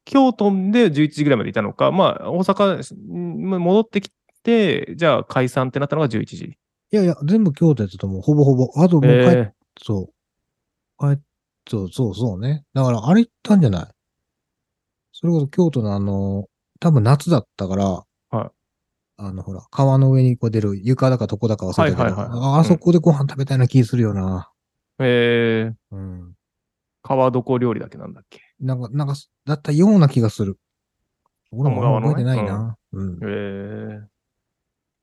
S2: 京都で11時ぐらいまでいたのか、まあ、大阪に戻ってきて、じゃあ解散ってなったのが11時。
S1: いやいや、全部京都やってたと思う。ほぼほぼ。あともう帰っ、
S2: え
S1: そう。帰っ、そう、そう、そうね。だから、あれ行ったんじゃないそれこそ京都のあの、多分夏だったから、
S2: はい
S1: あの、ほら、川の上にこう出る床だか床だか忘れたけど、
S2: はいはいはい
S1: ああそこでご飯食べたいな気するよな。
S2: ーえー、
S1: うん
S2: 川床料理だっけなんだっけ。
S1: なんか、なんか、だったような気がする。俺も
S2: 鴨川
S1: 覚
S2: の
S1: え
S2: ね
S1: てないな。うん
S2: え。ー、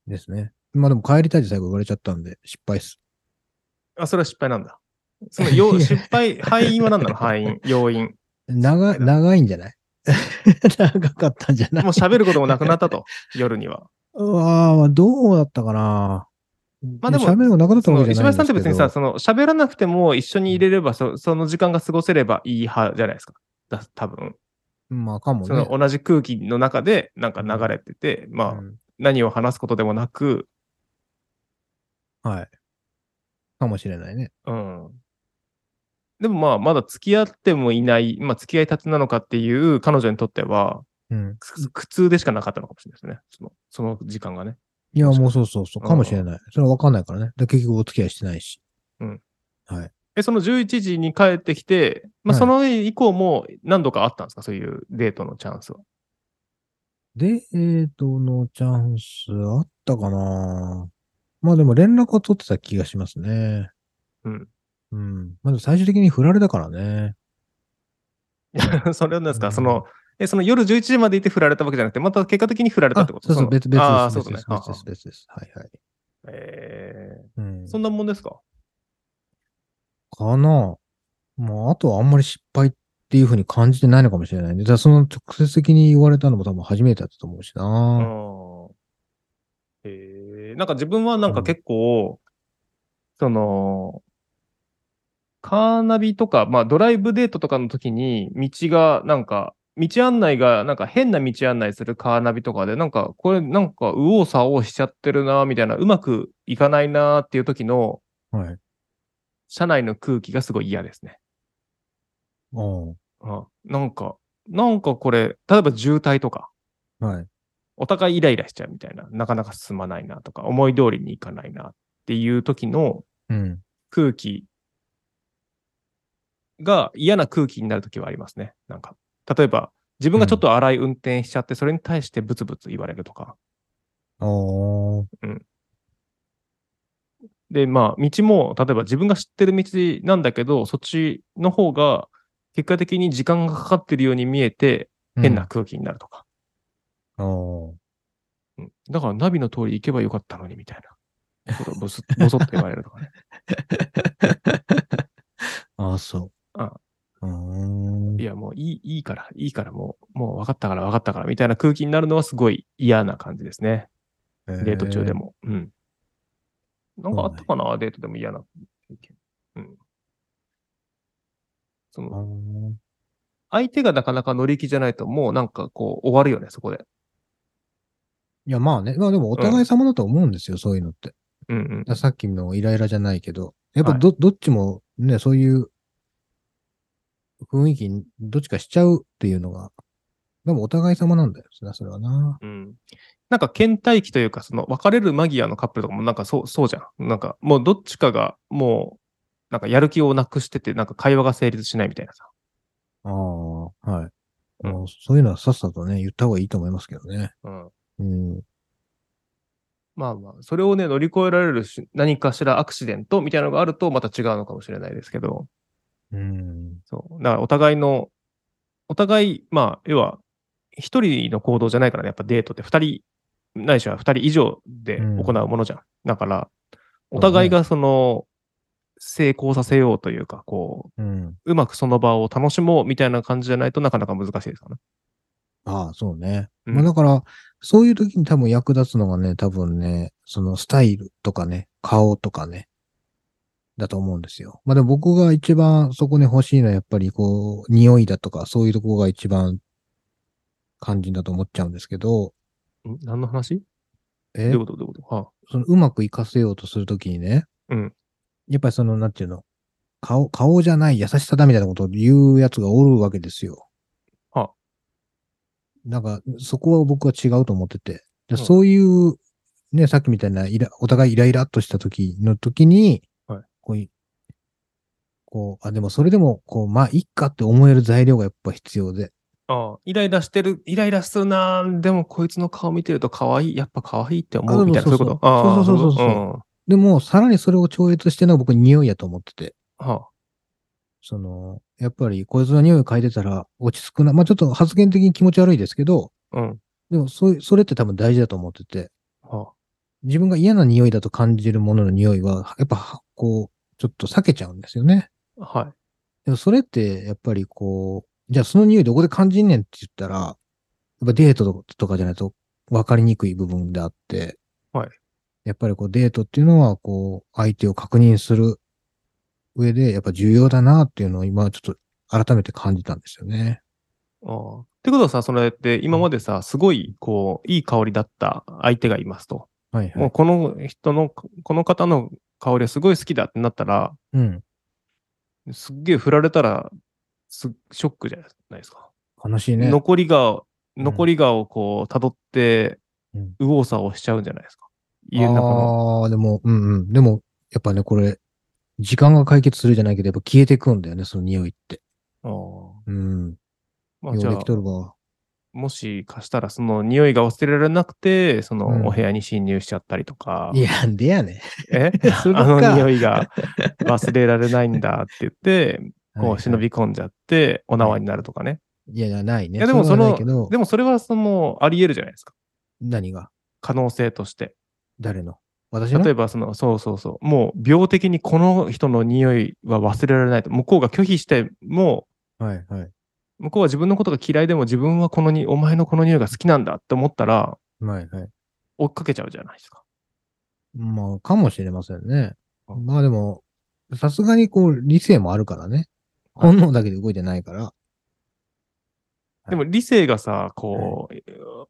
S1: ですね。まあでも帰りたいって最後言われちゃったんで、失敗っす。
S2: あ、それは失敗なんだ。そ の要失敗、敗因は何なの敗因、要因。
S1: 長、
S2: だ
S1: 長いんじゃない 長かったんじゃない
S2: もう喋ることもなくなったと、夜には。
S1: うわあどうだったかな
S2: まあでも
S1: 喋るのなくなった
S2: そ
S1: わ
S2: の
S1: け
S2: 石
S1: じゃない
S2: 橋
S1: ん
S2: さ
S1: で
S2: んっ
S1: すけ
S2: て別
S1: ど。
S2: にさ、その喋らなくても一緒に入れれば、そその時間が過ごせればいい派じゃないですか。だ多分
S1: まあかも
S2: そ
S1: ね。
S2: の同じ空気の中でなんか流れてて、まあ、
S1: うん
S2: 何を話すことでもなく、
S1: はい。かもしれないね。
S2: うん。でもまあ、まだ付き合ってもいない、まあ、付き合いたてなのかっていう彼女にとっては、
S1: うん。
S2: く苦痛でしかなかったのかもしれないですね。その、その時間がね。
S1: いや、もうそうそうそう。かもしれない。それはわかんないからね。で結局お付き合いしてないし。
S2: え、その11時に帰ってきて、まあ、
S1: はい
S2: その以降も何度かあったんですか、そういうデートのチャンスは。
S1: デートのチャンスあったかなまあでも連絡は取ってた気がしますね。
S2: うん。
S1: うん。まず最終的に振られたからね。
S2: それは何ですか、
S1: うん
S2: その、え、その夜11時までいて振られたわけじゃなくて、また結果的に振られたってこと
S1: そうそう、
S2: の
S1: 別、別です。
S2: ああ、そう
S1: 別
S2: で
S1: ですす、
S2: ね。
S1: 別です、別です。はいはい。
S2: ああえ
S1: う
S2: ー
S1: ん。
S2: そんなもんですか
S1: かなまあ、あとはあんまり失敗っていうふうに感じてないのかもしれないね。だからその直接的に言われたのも多分初めてだったと思うし
S2: あ
S1: な。
S2: ーえーなんか自分はなんか結構、その、カーナビとか、まあドライブデートとかの時に、道がなんか、道案内がなんか変な道案内するカーナビとかで、なんかこれなんか右往左往しちゃってるな、みたいな、うまくいかないなっていう時の、
S1: はい。
S2: 車内の空気がすごい嫌ですね。
S1: うん。
S2: うんなんか、なんかこれ、例えば渋滞とか、
S1: はい。
S2: お互いイライラしちゃうみたいな、なかなか進まないなとか、思い通りにいかないなっていう時の
S1: うん。
S2: 空気が嫌な空気になる時はありますね。なんか、例えば、自分がちょっと荒い運転しちゃって、それに対してブツブツ言われるとか。
S1: おー。
S2: で、まあ、道も、例えば自分が知ってる道なんだけど、そっちの方が、結果的に時間がかかってるように見えて、変な。空気になるとか。
S1: うん、おー。
S2: うんだから、ナビの通り行けばよかったのに、みたいなことをボスボソッと言われるとかね。
S1: ああ、そう。
S2: あ。
S1: うーん
S2: い。や、もういい、いいから、いいから、もう、もう分かったから、分かったから、みたいな空気になるのはすごい嫌な感じですね。デート中でも。うん。なんかあったかな、デートでも嫌な経験。うん。そ
S1: えー。
S2: の、
S1: あー
S2: 相手がなかなか乗り気じゃないと、もうなんかこう、終わるよね、そこで。
S1: いや、まあね。まあでも、お互い様だと思うんですよ、そういうのって。
S2: うんうん
S1: だからさっきのイライラじゃないけど、やっぱ
S2: はい
S1: ど、どっちもね、そういう雰囲気に、どっちかしちゃうっていうのが、でもお互い様なんだよな、それはな。
S2: うん。なんか、倦怠期というか、その、別れる間際のカップルとかも、なんかそう、そうじゃん。なんか、もうどっちかが、もう、なんかやる気をなくしてて、なんか会話が成立しないみたいなさ。
S1: ああ、はい。
S2: うん
S1: もうそういうのはさっさとね、言った方がいいと思いますけどね。
S2: うん。
S1: うん。
S2: まあまあ、それをね、乗り越えられるし、何かしらアクシデントみたいなのがあると、また違うのかもしれないですけど、
S1: うん。
S2: そう。だから、お互いの、お互い、まあ、要は、一人の行動じゃないからね、やっぱデートって二人、ないしは二人以上で行うものじゃん。だから、お互いがその、成功させようというか、こ
S1: うん。
S2: う、うまくその場を楽しもうみたいな感じじゃないとなかなか難しいですかね。
S1: ああ、そうね。
S2: うん
S1: まあだから、そういう時に多分役立つのがね、多分ね、そのスタイルとかね、顔とかね、だと思うんですよ。まあでも僕が一番そこに欲しいのはやっぱりこう、匂いだとか、そういうとこが一番肝心だと思っちゃうんですけど、
S2: ん何の話ど
S1: え
S2: ういうことどういうことあ
S1: そのうまく活かせようとするときにね、
S2: うん
S1: やっぱりその、なんていうの、顔、顔じゃない優しさだみたいなことを言うやつがおるわけですよ。
S2: は
S1: なんか、そこは僕は違うと思ってて。で
S2: うん
S1: そういう、ね、さっきみたいなイラ、お互いイライラっとした時の時に、
S2: はい
S1: こういこう、あ、でもそれでも、こう、まあ、いっかって思える材料がやっぱ必要で。
S2: ああ、イライラしてる、イライラするなー、でもこいつの顔見てると可愛い、やっぱ可愛いって思
S1: あ
S2: うみたいな、
S1: そ
S2: そうう
S1: そうそ
S2: いう
S1: う
S2: こと。ああ
S1: そうそうそうそうでも、さらにそれを超越してるのが僕匂いやと思ってて。
S2: うんは
S1: その、やっぱりこいつの匂い嗅いでたら落ち着くな。まあちょっと発言的に気持ち悪いですけど、
S2: あ、うん。
S1: でもそういう、それって多分大事だと思ってて、
S2: は
S1: 自分が嫌な匂いだと感じるものの匂いは、やっぱこう、ちょっと避けちゃうんですよね。
S2: あ、はい。
S1: でもそれって、やっぱりこう、じゃあその匂いどこで感じんねんって言ったら、やっぱデートとかじゃないと分かりにくい部分であって、
S2: はい。
S1: やっぱりこうデートっていうのは、こう、相手を確認する上で、やっぱ重要だなっていうのを今ちょっと改めて感じたんですよね。
S2: ああってことはさ、それって今までさ、すごい、こう、いい香りだった相手がいますと。
S1: はいは
S2: もう
S1: い。
S2: この人の、この方の香りはすごい好きだってなったら、
S1: うん。
S2: すっげえ振られたら、すショックじゃないですか。
S1: 悲しいね。
S2: 残りが、
S1: ん
S2: 残りがをこう、辿って
S1: うん、
S2: 右往左往しちゃうんじゃないですか。家の中の。
S1: ああー、でも、うんうん。でも、やっぱね、これ、時間が解決するじゃないけど、やっぱ消えてくんだよね、その匂いって。
S2: ああ
S1: うん。
S2: まあ、じ
S1: よ
S2: ゃ
S1: うで
S2: あ
S1: きとるわ。
S2: もしかしたらその匂いが忘れられなくて、そ
S1: うん
S2: のお部屋に侵入しちゃったりとか、
S1: いや、んでやね
S2: え
S1: それ
S2: あ
S1: か
S2: の匂いが 忘れられないんだって言って、
S1: ん。
S2: こう忍
S1: はい
S2: び込んじゃって、お縄になるとかね。
S1: はいいやいや、ないね。
S2: いやでも
S1: それはな
S2: その
S1: いけど
S2: でもそれはそのあり得るじゃないですか。
S1: 何が
S2: 可能性として。
S1: 誰の私の
S2: 例えばその、そうそうそう、もう病的にこの人の匂いは忘れられないと。向こうが拒否しても、
S1: はいはい。
S2: 向こうは自分のことが嫌いでも自分はこのに、お前のこの匂いが好きなんだって思ったら、
S1: はいはい。
S2: 追っかけちゃうじゃないですか。
S1: まあ、かもしれませんね。
S2: うん
S1: まあでも、さすがにこう、理性もあるからね。本能だけで動いてないから。
S2: でも理性がさ、こう、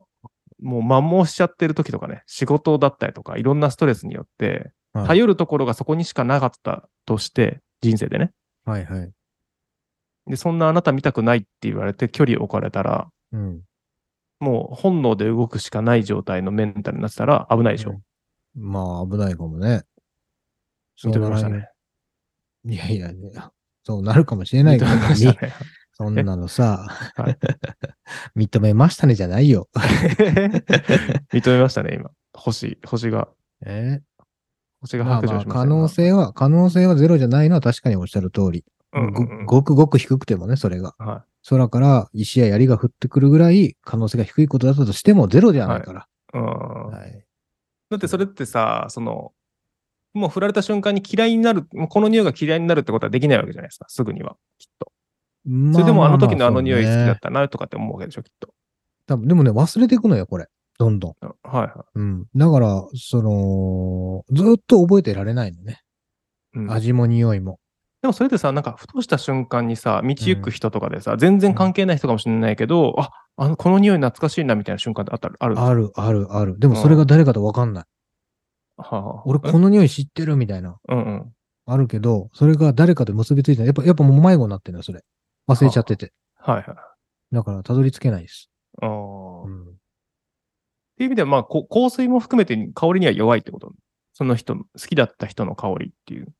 S2: もう摩耗しちゃってる時とかね、仕事だったりとか、いろんなストレスによって、
S1: はい
S2: 頼るところがそこにしかなかったとして、人生でね。
S1: はいはい。
S2: で、そんなあなた見たくないって言われて距離を置かれたら、
S1: うん。
S2: もう本能で動くしかない状態のメンタルになってたら危ないでしょ。
S1: うんまあ、危ないかもね。
S2: 認めました
S1: そうならない
S2: ね。
S1: いやいや、いやそうなるかもしれない
S2: 認
S1: けど
S2: めましたね。
S1: そんなのさ、
S2: はい
S1: 認めましたねじゃないよ。
S2: 認めましたね、 今。星、星が、
S1: え
S2: 星
S1: ー
S2: が
S1: まあ
S2: 白
S1: ま
S2: 状
S1: あ、
S2: しましたね、
S1: 可能性は、可能性はゼロじゃないのは確かにおっしゃる通り。
S2: うんうんうん
S1: ごごくごく低くてもね、それが。
S2: は
S1: 空から石や槍が降ってくるぐらい可能性が低いことだったとしてもゼロではないから。
S2: い。うん
S1: はい
S2: だってそれってさ、その、もう振られた瞬間に嫌いになる、もうこの匂いが嫌いになるってことはできないわけじゃないですか、すぐには、きっと。
S1: ま
S2: それでもあの時のあ
S1: ま
S2: の
S1: ま
S2: 匂い好きだ
S1: そう
S2: っ
S1: ね
S2: たなとかって思うわけでしょ、きっと。
S1: 多分でもね、忘れていくのよ、これ。どんどん。
S2: うんはいは
S1: うん。だから、その、ずっと覚えてられないのね。
S2: い。うん
S1: 味も匂いも。
S2: でもそれでさ、なんかふとした瞬間にさ、道行く人とかでさ、全然関係ない人かもしれないけど、あ、あの、この匂い懐かしいなみたいな瞬間ってあったある
S1: ある、ある、ある。でもそれが誰かとわかんない。
S2: はあはあ
S1: 俺、この匂い知ってるみたいな。
S2: うんうん。
S1: あるけど、それが誰かと結びついてない。やっぱ、やっぱもう迷子になってるのよ、それ。忘れちゃってて。
S2: はいはい。
S1: だから、たどり着けないです。
S2: あ
S1: う
S2: ーっ
S1: ん。
S2: ていう意味では、まあ、こ香水も含めて香りには弱いってこと。その人、好きだった人の香りっていう。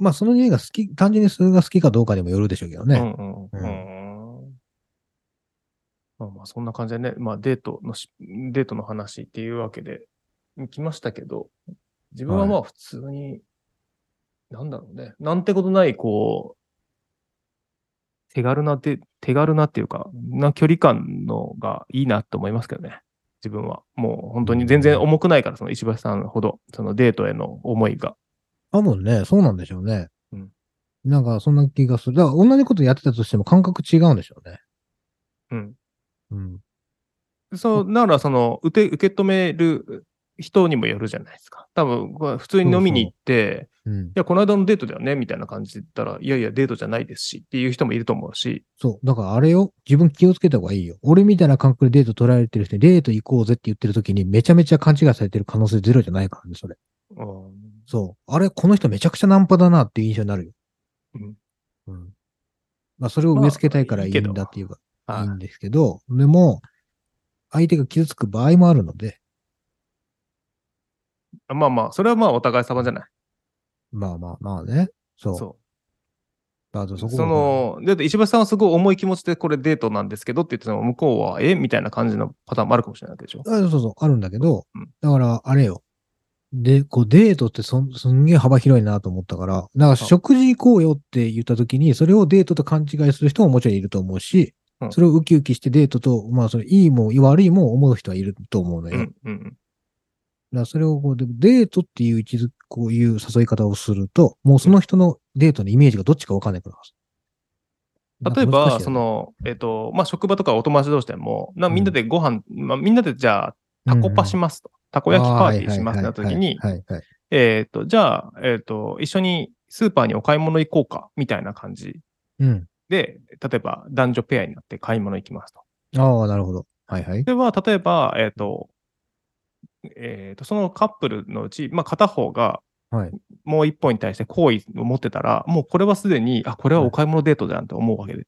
S1: まあ、その匂いが好き、単純にそれが好きかどうかにもよるでしょうけどね。
S2: うんうん
S1: う
S2: うんまあまあそんな感じでね、まあデートのし、デートの話っていうわけで来ましたけど、自分はまあ普通に、なんだろうね、なんてことない、こう、手軽なで、手軽なっていうか、な距離感のがいいなと思いますけどね。自分は。もう本当に全然重くないから、その石橋さんほど、そのデートへの思いが。
S1: 多分ね、そうなんでしょうね。
S2: うん
S1: なんか、そんな気がする。だから、同じことやってたとしても感覚違うんでしょうね。
S2: うん。
S1: うん。
S2: そう、なら、その、受け、受け止める人にもよるじゃないですか。多分、これ普通に飲みに行って、
S1: うん。
S2: いや、この間のデートだよね、みたいな感じで言ったら、いやいや、デートじゃないですし、っていう人もいると思うし、
S1: そう。だから、あれよ。自分気をつけた方がいいよ。俺みたいな感覚でデート取られてる人にデート行こうぜって言ってる時にめちゃめちゃ勘違いされてる可能性ゼロじゃないからね、それ。
S2: うん
S1: そう。あれ、この人めちゃくちゃナンパだなっていう印象になるよ。
S2: うん。
S1: うん。まあ、それを植え付けたいから
S2: まあ
S1: い
S2: いい
S1: い
S2: けど
S1: んだっていうか、い
S2: はい
S1: んですけど、でも、相手が傷つく場合もあるので、
S2: いまあまあ、それはまあ、お互い様じゃない。
S1: まあまあまあね。そう。
S2: そ
S1: まあそこ
S2: う。
S1: も
S2: そ、の、だって石橋さんはすごい重い気持ちで、これデートなんですけどって言ってても、向こうは、えみたいな感じのパターンもあるかもしれないわけでしょ。
S1: あそうそう、あるんだけど、
S2: うん
S1: だから、あれよ。で、こう、デートってそん、すんげえ幅広いなと思ったから、なんか食事行こうよって言った時に、それをデートと勘違いする人ももちろんいると思うし、
S2: うん
S1: それをウキウキしてデートと、まあ、それいいも悪いも思う人はいると思うの
S2: う
S1: よ。
S2: ん、うん、
S1: だからそれをこうでデートっていう位置づけこういう誘い方をすると、もうその人のデートのイメージがどっちかわかんないから。
S2: 例え
S1: なんか難しいよ
S2: ば、
S1: ね
S2: そ、の、えっと、まあ、職場とかお友達同士でも、なみんなでご飯、まあ、みんなでじゃあ、タコパし
S1: ま
S2: ますと。たこ焼きパーティーしますってなった時に、
S1: はいはいはいはい。
S2: えっと、じゃあ、えっと、一緒にスーパーにお買い物行こうか、みたいな感じ
S1: うん。
S2: で、例えば男女ペアになって買い物行きますと。
S1: ああ、なるほど。はいはい。
S2: では、例えば、えっと、えっと、そのカップルのうち、まあ、片方が
S1: はい、
S2: もう一方に対して好意を持ってたら、もうこれはすでに、あ、これはお買い物デートじゃんって思うわけで。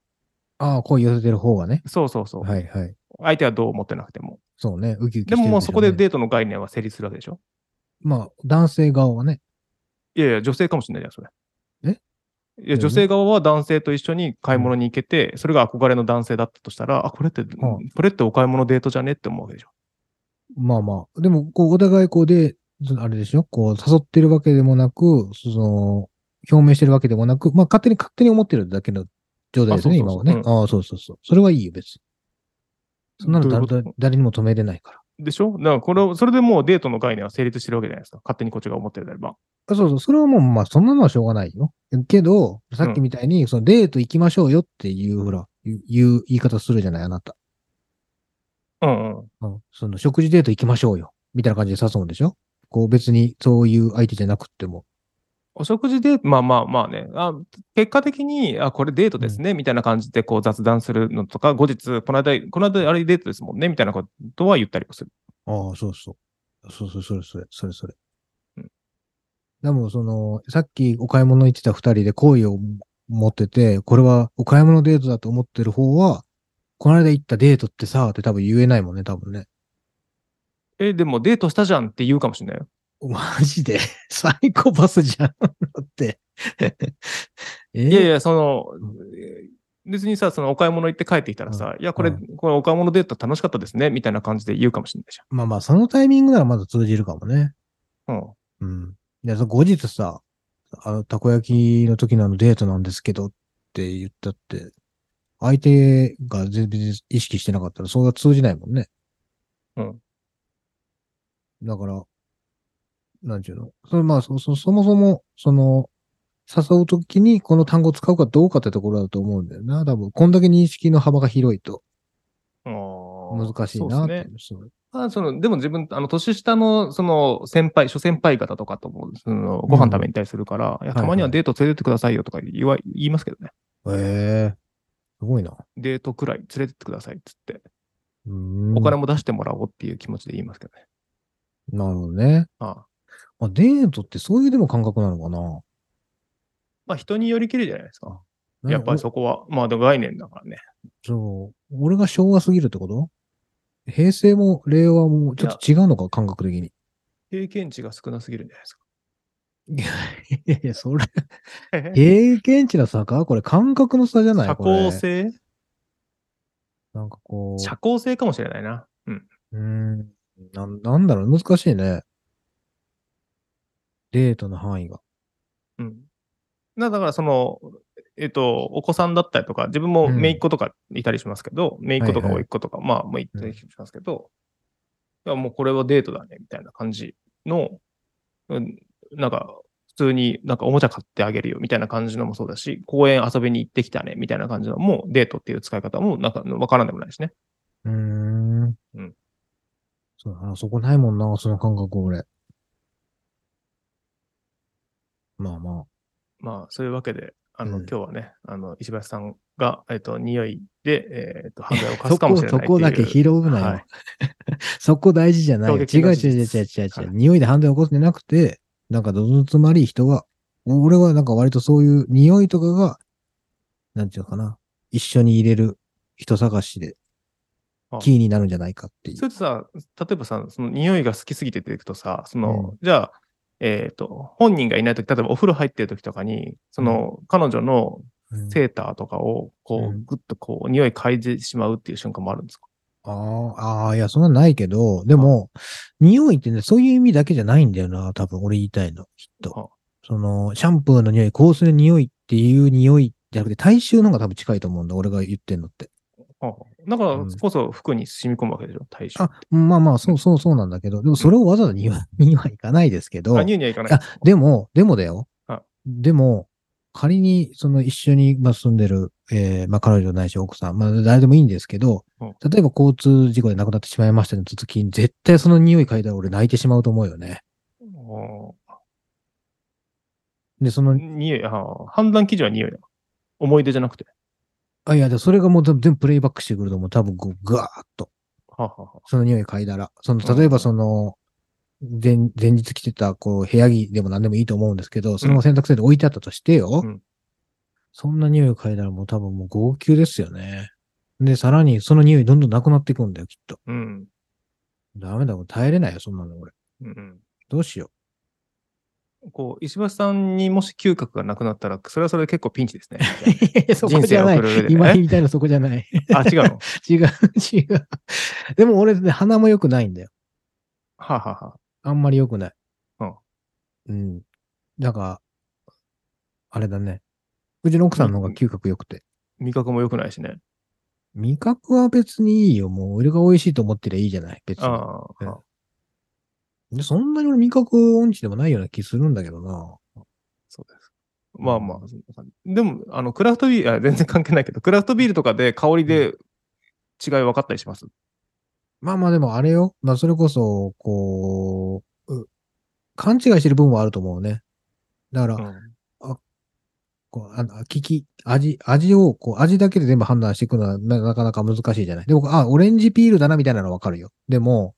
S1: ああ、声寄せてる方がね。
S2: そうそうそう。
S1: はいはい。
S2: 相手はどう思ってなくても。
S1: そうね。ウキウキして
S2: で
S1: る
S2: ももうそこで
S1: ょうね
S2: デートの概念は成立するわけでしょ
S1: まあ、男性側はね。
S2: いやいや、女性かもしれないじゃん、それ。え
S1: だ
S2: い
S1: よ
S2: や、
S1: ね
S2: 女性側は男性と一緒に買い物に行けて、それが憧れの男性だったとしたら、あ、これって、
S1: ん
S2: これってお買い物デートじゃねって思うわけでしょ。
S1: まあまあ。でも、こう、お互いこうで、そのあれでしょこう、誘ってるわけでもなく、その、表明してるわけでもなく、まあ、勝手に勝手に思ってるだけの状態ですね、
S2: あそう
S1: 今
S2: そうそ
S1: は
S2: う
S1: ね。ああ、そうそうそう。それはいいよ、別に。そんなの
S2: どういう
S1: 誰
S2: こと
S1: だ誰にも止めれないから。
S2: でしょだからこれを、それでもうデートの概念は成立してるわけじゃないですか。勝手にこっちが思ってるであれば。
S1: あそうそう。それはもう、まあ、そんなのはしょうがないよ。けど、さっきみたいに、そのデート行きましょうよっていう、ほら、いういう言い方するじゃない、あなた。
S2: うんうん。
S1: うん。その、食事デート行きましょうよ。みたいな感じで誘うんでしょこう、別に、そういう相手じゃなくっても。
S2: お食事デート、まあまあまあね。あ結果的に、あ、これデートですね、みたいな感じでこう雑談するのとか、後日、この間、この間あれデートですもんね、みたいなことは言ったりもする。
S1: ああ、そうそう。そうそう、それそれ、それそれ
S2: うん。
S1: でも、その、さっきお買い物行ってた二人で好意を持ってて、これはお買い物デートだと思ってる方は、この間行ったデートってさ、って多分言えないもんね、多分ね。
S2: え、でもデートしたじゃんって言うかもしれないよ。
S1: マジで、 サイコパスじゃん。だ って。え
S2: いやいや、その、えー別にさ、そのお買い物行って帰ってきたらさ、いや、これ、
S1: う
S2: これお買い物デート楽しかったですね、みたいな感じで言うかもしれないじ
S1: まあまあ、そのタイミングならまだ通じるかもね。
S2: ゃん。うん。
S1: うん。で、その後日さ、あの、たこ焼きの時のあのデートなんですけどって言ったって、相手が全然意識してなかったら、それは通じないもんね。
S2: うん。
S1: だから、なんちゅうの。それまあ、そ、そ、そもそも、その、誘うときにこの単語を使うかどうかってところだと思うんだよな。多分、こんだけ認識の幅が広いと難
S2: 難
S1: しいな
S2: そ
S1: っ
S2: う
S1: てい
S2: です
S1: うそ
S2: ね。
S1: う
S2: まあ、その、でも自分、あの、年下の、その、先輩、諸先輩方とかとも、その、ご飯食べに行ったりするから、いや、たまにはデート連れてってくださいよとか言わ、言いますけどね。
S1: へえすごいな。
S2: デートくらい連れてってくださいっつって、
S1: うーん
S2: お金も出してもらおうっていう気持ちで言いますけどね。
S1: なるほどね。
S2: ああ
S1: まあ、デートってそういうでも感覚なのかな
S2: まあ、人によりきりじゃないですか。
S1: なんか
S2: やっぱりそこは、まあ、でも概念だからね。
S1: おそう。俺が昭和すぎるってこと平成も令和もちょっと違うのか感覚的に。
S2: 経験値が少なすぎるんじゃないですか。
S1: いやいや、それ、経験値の差かこれ感覚の差じゃない
S2: 社
S1: これ
S2: 交性
S1: なんかこう。
S2: 社交性かもしれないな。うん。
S1: うーんなん、なんだろう、難しいね。デートの範囲が。
S2: うん。なだから、その、えっと、お子さんだったりとか、自分も
S1: うん
S2: 姪っ子とかいたりしますけど、姪っ子とか
S1: はい
S2: 甥
S1: はい
S2: っ子とか、まあ、もういたりしますけど、いやもうこれはデートだね、みたいな感じの、うん、なんか、普通になんかおもちゃ買ってあげるよみたいな感じのもそうだし、公園遊びに行ってきたねみたいな感じのもデートっていう使い方もなんかわからんでもないしね。
S1: うーん。
S2: うん
S1: そうだな、そこないもんな、その感覚俺。まあま
S2: まあ、そういうわけで、あの、
S1: うん
S2: 今日はね、あの、石橋さんが、えっと、匂いで、えっと、犯罪を
S1: あ。
S2: 犯
S1: そ
S2: すかも
S1: こ、
S2: しれない
S1: そ
S2: っていう。
S1: こだけ拾うなよ。
S2: はい
S1: そこ大事じゃないよ。
S2: 衝
S1: 違う
S2: 撃の
S1: 違う
S2: 事実
S1: 違う違う違う違う
S2: はい
S1: 匂いで犯罪を起こすんじゃなくて、なんかどのつまり人が、俺はなんか割とそういう匂いとかが、なんていうのかな。一緒に入れる人探しで
S2: あ、
S1: キーになるんじゃないかっていう
S2: そ。れとさ、例えばさ、その匂いが好きすぎて出てくとさ、その、
S1: う
S2: じゃあ、えっ、と、本人がいないとき、例えばお風呂入ってるときとかに、その、彼女の
S1: うん
S2: セーターとかを、こ
S1: う
S2: う、
S1: ん
S2: ぐっとこう、匂い嗅いでしまうっていう瞬間もあるんですか、
S1: ああ、ああ、いや、そんなんないけど、でも、匂いってね、そういう意味だけじゃないんだよな、多分俺言いたいの、きっ
S2: あ
S1: と。その、シャンプーの匂い、香水の匂いっていう匂いじゃなくて、体臭の方が多分近いと思うんだ、俺が言ってんのって。
S2: あだから
S1: うん
S2: こそ服に染み込むわけでしょ、体臭。
S1: あ、まあまあ、そうそうそうなんだけど、でもそれをわざわざ匂い、匂いはいかないですけど、
S2: あ、匂いにはいかないん
S1: あ
S2: ですか。
S1: でも、でもだよ
S2: あ。
S1: でも、仮に、その一緒に、まあ、住んでる、えーまあ、彼女ないし奥さん、まあ、誰でもいいんですけど、
S2: うん
S1: 例えば交通事故で亡くなってしまいましたの時に、絶対その匂い嗅いだら俺泣いてしまうと思うよね。
S2: お
S1: で、その
S2: ー、匂い、あー判断基準は匂いだ。思い出じゃなくて。
S1: あ、いや、でそれがもう全部全部プレイバックしてくると思う。多分、こう、ガーッと、
S2: はあはあはあ
S1: その匂い嗅いだら。そ
S2: うん
S1: の、例えばその、前、前日着てた、こう、部屋着でも何でもいいと思うんですけど、それも洗濯槽で置いてあったとしてよ。
S2: うん
S1: そんな匂い嗅いだらもう多分もう号泣ですよね。で、さらにその匂いどんどんなくなっていくんだよ、きっと。
S2: うん。
S1: ダメだ、もう耐えれないよ、そんなの俺。
S2: うんうん
S1: どうしよ
S2: こう石橋さんにもし嗅覚がなくなったら、それはそれで結構ピンチですね。
S1: う。そこじゃな
S2: 人生を送る上
S1: い
S2: で。ね
S1: 今言いたいのそこじゃない。
S2: あ、違うの。
S1: 違う、違う。でも俺、ね、鼻も良くないんだよ。
S2: はあ、はあはあ、
S1: あんまり良くない。
S2: うん。
S1: うん。だから、あれだね。うちの奥さんの方が嗅覚良くて。
S2: 味覚も良くないしね。
S1: 味覚は別にいいよ。もう俺が美味しいと思ってりゃいいじゃない。別に。
S2: ああ、
S1: うんでそんなに俺味覚音痴でもないような気するんだけどな。
S2: そうです。まあまあ、そんな感じでも、あの、クラフトビール、あ全然関係ないけど、クラフトビールとかで香りで違い分かったりします。
S1: まあまあでもあれよ。まあそれこそ、こう、う勘違いしてる部分はあると思うね。だから、
S2: うん
S1: こう、あの、聞き、味、味を、こう、味だけで全部判断していくのはななかなか難しいじゃない。で、僕、あ、オレンジピールだな、みたいなのわかるよ。でも、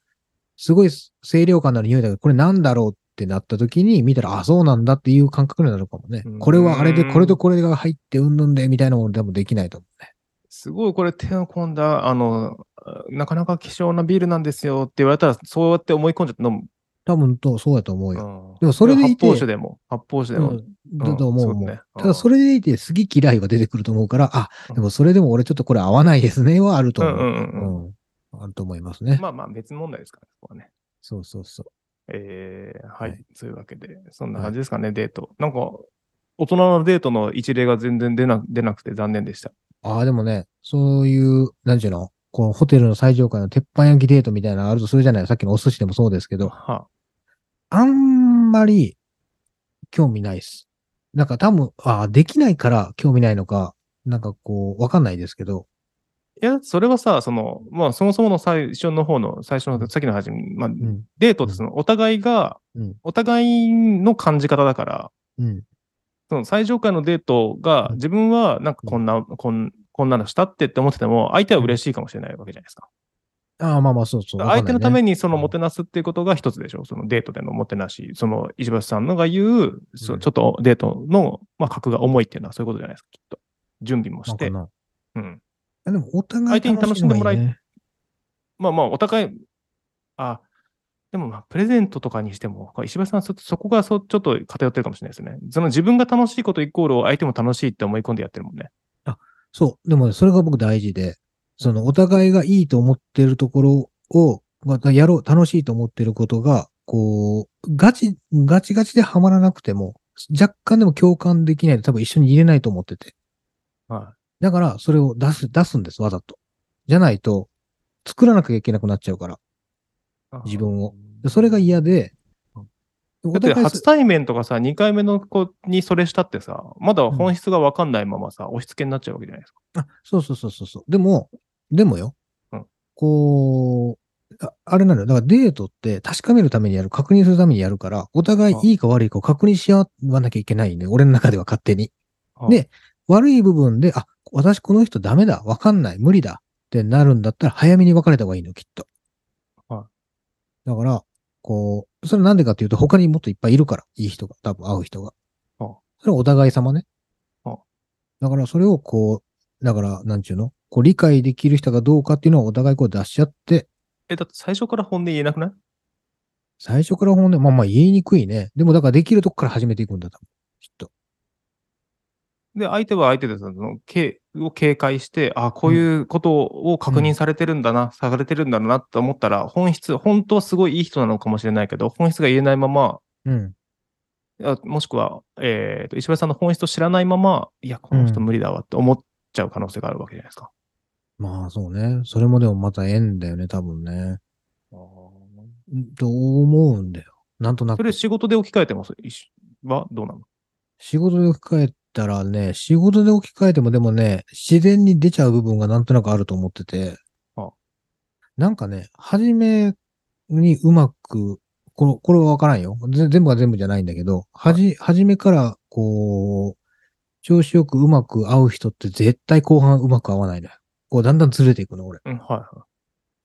S1: すごい清涼感のある匂いだけど、これなんだろうってなった時に、見たら、あ、そうなんだっていう感覚になるかもね
S2: うん。
S1: これはあれで、これ
S2: う
S1: と
S2: ん
S1: これが入って、うんぬんで、みたいなものでもできないと思うね。
S2: すごいこれ手の込んだ、あの、なかなか希少なビールなんですよって言われたら、そうやって思い込んじゃって飲む。
S1: 多分と、そうやと思うよ。
S2: うん
S1: でもそれでいて
S2: 発泡酒でも、発泡酒で
S1: う
S2: も。
S1: んだと思うも
S2: うんそうんだねうん
S1: ただそれでいて好き嫌いは出てくると思うから、あ、でもそれでも俺ちょっとこれ合わないですねはあると
S2: うん
S1: 思
S2: う
S1: う。
S2: んうん
S1: うんあると思います
S2: う
S1: ね
S2: ん。。まあまあ別問題ですからね、そこはね。
S1: そうそうそう。
S2: えー、はい、
S1: はい
S2: そういうわけで、そんな感じですかね、デート。なんか、大人のデートの一例が全然出な出なくて残念でした。
S1: ああ、でもね、そういう、なんちゅうの、こう、ホテルの最上階の鉄板焼きデートみたいなのあるとするじゃないさっきのお寿司でもそうですけど、
S2: は
S1: あんまり興味ないっす。なんか多分、ああ、できないから興味ないのか、なんかこう、わかんないですけど、
S2: いや、それはさ、その、まあ、そもそもの最初の方の、最初の、さっきの話に、まあ、
S1: うん、
S2: デートってその、お互いが、
S1: うん
S2: お互いの感じ方だから、
S1: うん、
S2: その最上階のデートが、
S1: うん
S2: 自分は、なんかこんな、こん、こんなのしたってって思ってても、相手は嬉しいかもしれないわけじゃないですか。
S1: ああ、まあまあ、そうそう。わか
S2: 相
S1: ん
S2: 手
S1: ないね
S2: のためにそのもてなすっていうことが一つでしょう。そのデートでのもてなし。その石橋さんのが言う、そ
S1: う
S2: う
S1: ん
S2: ちょっとデートの、まあ、格が重いっていうのはそういうことじゃないですか、きっと。準備も
S1: な
S2: し
S1: んか
S2: て。
S1: な。
S2: うん。
S1: あでも、お互い
S2: 相手に楽しんでもらい
S1: 楽しめばね
S2: まあまあ、お互い、あ、でもまあ、プレゼントとかにしても、石橋さん、そそこがそうちょっと偏ってるかもしれないですね。その自分が楽しいことイコールを相手も楽しいって思い込んでやってるもんね。
S1: そう。でもね、それが僕大事で、その、お互いがいいと思ってるところを、まあ、やろう、楽しいと思ってることが、こう、ガチ、ガチガチでハマらなくても、若干でも共感できないと多分一緒に入れないと思ってて。
S2: は
S1: だから、それを出す、出すんです、わざと。じゃないと、作らなきゃいけなくなっちゃうから。
S2: い。
S1: 自分をでそれが嫌で
S2: うん、
S1: お
S2: だって
S1: 互い
S2: 初
S1: す、
S2: 対面とかさ、2回目の子にそれしたってさ、まだ本質が分かんないままさ、押し付けになっちゃうわけじゃないですか。
S1: あ、そうそうそうそうそう。でも、でもよ、
S2: うん
S1: こう、ああれなのよ。だからデートって確かめるためにやる、確認するためにやるから、お互い
S2: あ
S1: いいか悪いかを確認し合わなきゃいけないね。俺の中では勝手に。
S2: あ
S1: で、悪い部分で、あ、私この人ダメだ、わかんない、無理だってなるんだったら、早めに別れた方がいいの、きっと。
S2: は
S1: だから、こう、それなんでかっていうと、他にもっといっぱいいるから、いい人が、多分会う人が。
S2: は
S1: それはお互い様ね。
S2: は
S1: だから、それをこう、だから、なんちゅうのこう、理解できる人がどうかっていうのをお互いこう出し合って、
S2: え、だって最初から本音言えなくない
S1: 最初から本音、まあまあ言いにくいね。でも、だからできるとこから始めていくんだ、多分きっと。
S2: で、相手は相手でその、けを警戒して、あこういうことを確認されてるんだな、されてるんだなって思ったら、本質、本当はすごいいい人なのかもしれないけど、本質が言えないまま、
S1: うん。
S2: あもしくは、えーと、石橋さんの本質を知らないまま、いや、この人
S1: うん
S2: 無理だわって思っちゃう可能性があるわけじゃないですか。
S1: まあ、そうね。それもでもまた縁だよね、多分ね。うんと思うんだよ。なんとな
S2: そ
S1: く
S2: れ。仕事で置き換えてます一緒はどうなの
S1: 仕事で置き換えたらね、仕事で置き換えてもでもね、自然に出ちゃう部分がなんとなくあると思ってて
S2: あ、
S1: なんかね、初めにうまく、これこれはわからんよ。ぜ全部は全部じゃないんだけど、はじ、初めからこう、調子よくうまく合う人って絶対後半うまく合わないのよ。こう、だんだんずれていくの、俺。
S2: うん、はいは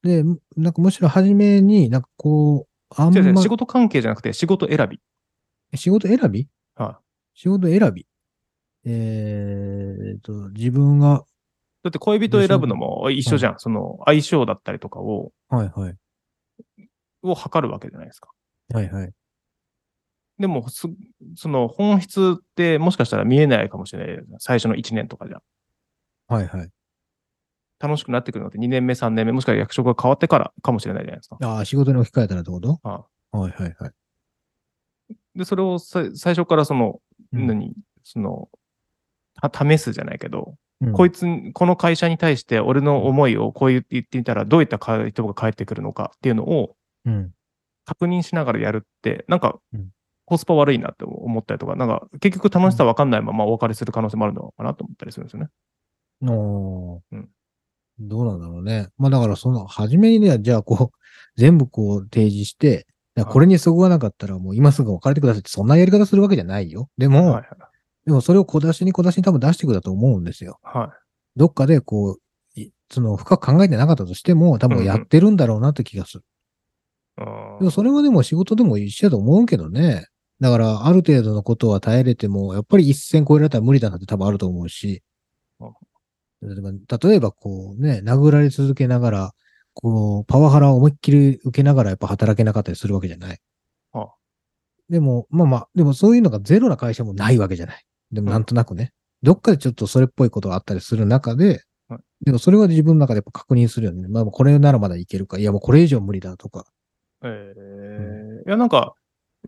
S1: で、むなんかむしろ初めになんかこう、あん
S2: い。違う違う
S1: ま
S2: 仕事関係じゃなくて、仕事選び。
S1: 仕事選び
S2: はい。
S1: 仕事選び。えー、と、自分が、
S2: だって恋人を選ぶのも一緒じゃん。その相性だったりとかを、
S1: はいはい。
S2: を測るわけじゃないですか。
S1: はいはい。
S2: でも、すその本質ってもしかしたら見えないかもしれない。最初の1年とかじゃん。
S1: はいはい。
S2: 楽しくなってくるのって2年目、3年目、もしくは役職が変わってからかもしれないじゃないですか。
S1: ああ、仕事に置き換えたらってこと
S2: あ
S1: はいはいはい。
S2: で、それをさ最初からその、
S1: うん
S2: 何、その、た試すじゃないけど、
S1: うん
S2: こいつ、この会社に対して俺の思いをこう言って言ってみたらどういった回答が返ってくるのかっていうのを
S1: うん。
S2: 確認しながらやるって、なんか
S1: うん、
S2: コスパ悪いなって思ったりとか、なんか、結局楽しさ分かんないままお別れする可能性もあるのかなと思ったりするんですよね。
S1: おー
S2: うん
S1: どうなんだろうね。まあだからその、初めにね、じゃあこう、 全部こう提示して、だからこれにそぐわなかったらもう今すぐ別れてくださいって、そんなやり方するわけじゃないよ。でも、
S2: はい
S1: でもそれを小出しに小出しに多分出していくだと思うんですよ。
S2: はい。はい。
S1: どっかでこう、いその深く考えてなかったとしても、多分やってるんだろうなって気がする。
S2: あ
S1: でも
S2: ー
S1: それはでも仕事でも一緒だと思うけどね。だから、ある程度のことは耐えれても、やっぱり一線超えられたら無理だなって多分あると思うし
S2: あ。
S1: 例えば、例えばこうね、殴られ続けながら、こう、パワハラを思いっきり受けながらやっぱ働けなかったりするわけじゃない。
S2: ああ
S1: でも、まあまあ、でもそういうのがゼロな会社もないわけじゃない。でも
S2: うん
S1: なんとなくね、どっかでちょっとそれっぽいことがあったりする中で
S2: はい、
S1: でもそれは自分の中でやっぱ確認するよね。まあこれならまだいけるか。いやもうこれ以上無理だとか。
S2: えーいや、なんか、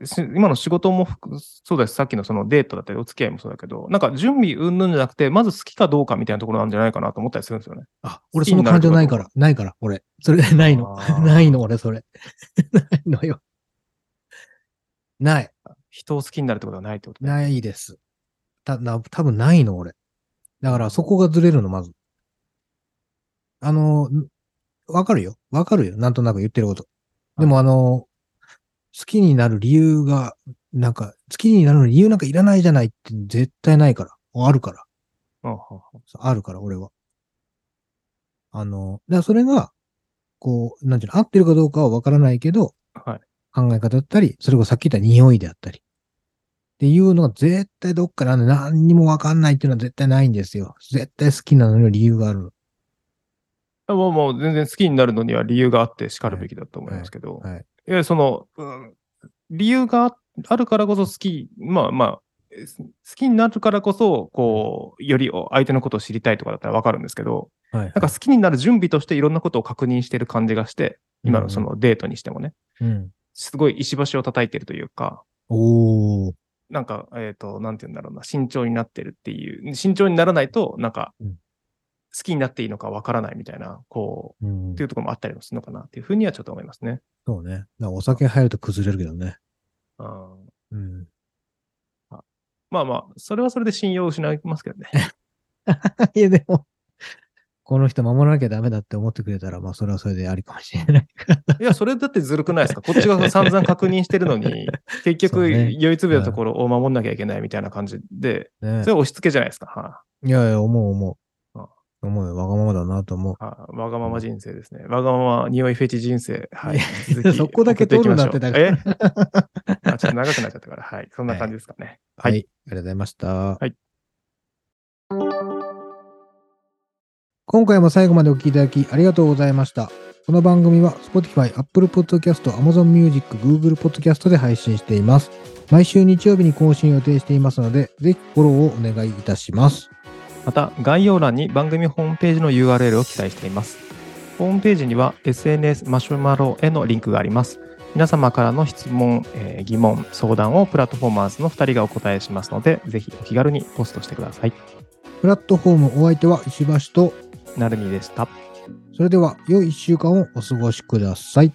S2: し今の仕事も含そうだし、さっきのそのデートだったり、お付き合いもそうだけど、なんか準備うんぬんじゃなくて、まず好きかどうかみたいなところなんじゃないかなと思ったりするんですよね。
S1: あ、俺その感情ないから、ないから、俺。それ、 ないの
S2: あ。ー
S1: ないの、俺、それ。 ないのよ。ない。
S2: 人を好きになるってことはないってことね。
S1: ないです。た、な、多分ないの、俺。だから、そこがずれるの、まず。あの、んわかるよ。わかるよ。なんとなく言ってること。でも、あの、好きになる理由が、なんか、好きになるのに理由なんかいらないじゃないって絶対ないから。あるから。
S2: うんうんうん
S1: あるから、俺は。あの、だからそれが、こう、なんていうの、合ってるかどうかはわからないけど、
S2: はい。
S1: 考え方だったり、それこそさっき言った匂いであったり。っていうのが絶対どっかであるの何にもわかんないっていうのは絶対ないんですよ。絶対好きなのに理由があるの。
S2: もうもう全然好きになるのには理由があってしかるべきだと思いますけど、
S1: はいはい
S2: いや、その、うん理由があるからこそ好き、まあまあ、え好きになるからこそ、こう、より相手のことを知りたいとかだったらわかるんですけど、
S1: はい。
S2: なんか好きになる準備としていろんなことを確認してる感じがして、今のそのデートにしてもね、
S1: うん。うん。
S2: すごい石橋を叩いてるというか、
S1: おー。
S2: なんか、えっ、と、なんて言うんだろうな、慎重になってるっていう、慎重にならないと、なんか、
S1: うん
S2: 好きになっていいのかわからないみたいな、こう、
S1: うん
S2: ってい。うところもあったりもするのかなっていうふうにはちょっと思いますね。
S1: そうね。だからお酒入ると崩れるけどね。
S2: うん、
S1: うん。
S2: まあまあ、それはそれで信用を失いますけど ね。
S1: いや、でも、この人守らなきゃダメだって思ってくれたら、まあ、それはそれでありかもしれない。
S2: いや、それだってずるくないですかこっちが散々確認してるのに、結
S1: そ
S2: 局、
S1: うね
S2: 酔いつぶれたところを守んなきゃいけないみたいな感じで、
S1: ね
S2: それは押し付けじゃないですか。はい
S1: やいや、思う思う
S2: あ。
S1: 思うよ。わがままだなと思う。
S2: いはいわがまま人生ですね。わがまま匂いフェチ人生。はい
S1: いや。
S2: 続き
S1: そこだけ取るなってだから
S2: 送 ていきましょうえ あちょっと長くなっちゃったから、はい。そんな感じですかね。
S1: は。
S2: は
S1: あ
S2: いい
S1: りがとうございました。
S2: い
S1: 今回も最後までお聞きいただきありがとうございました。この番組は Spotify、Apple Podcast、Amazon Music、Google Podcast で配信しています。毎週日曜日に更新を予定していますので、ぜひフォローをお願いいたします。
S2: また概要欄に番組ホームページの URL を記載していますホームページには SNS マシュマロへのリンクがあります皆様からの質問、えー疑問相談をプラットフォーマーズの2人がお答えしますのでぜひお気軽にポストしてください
S1: プラットフォームお相手は石橋と、
S2: なるみでした
S1: それでは良い1週間をお過ごしください。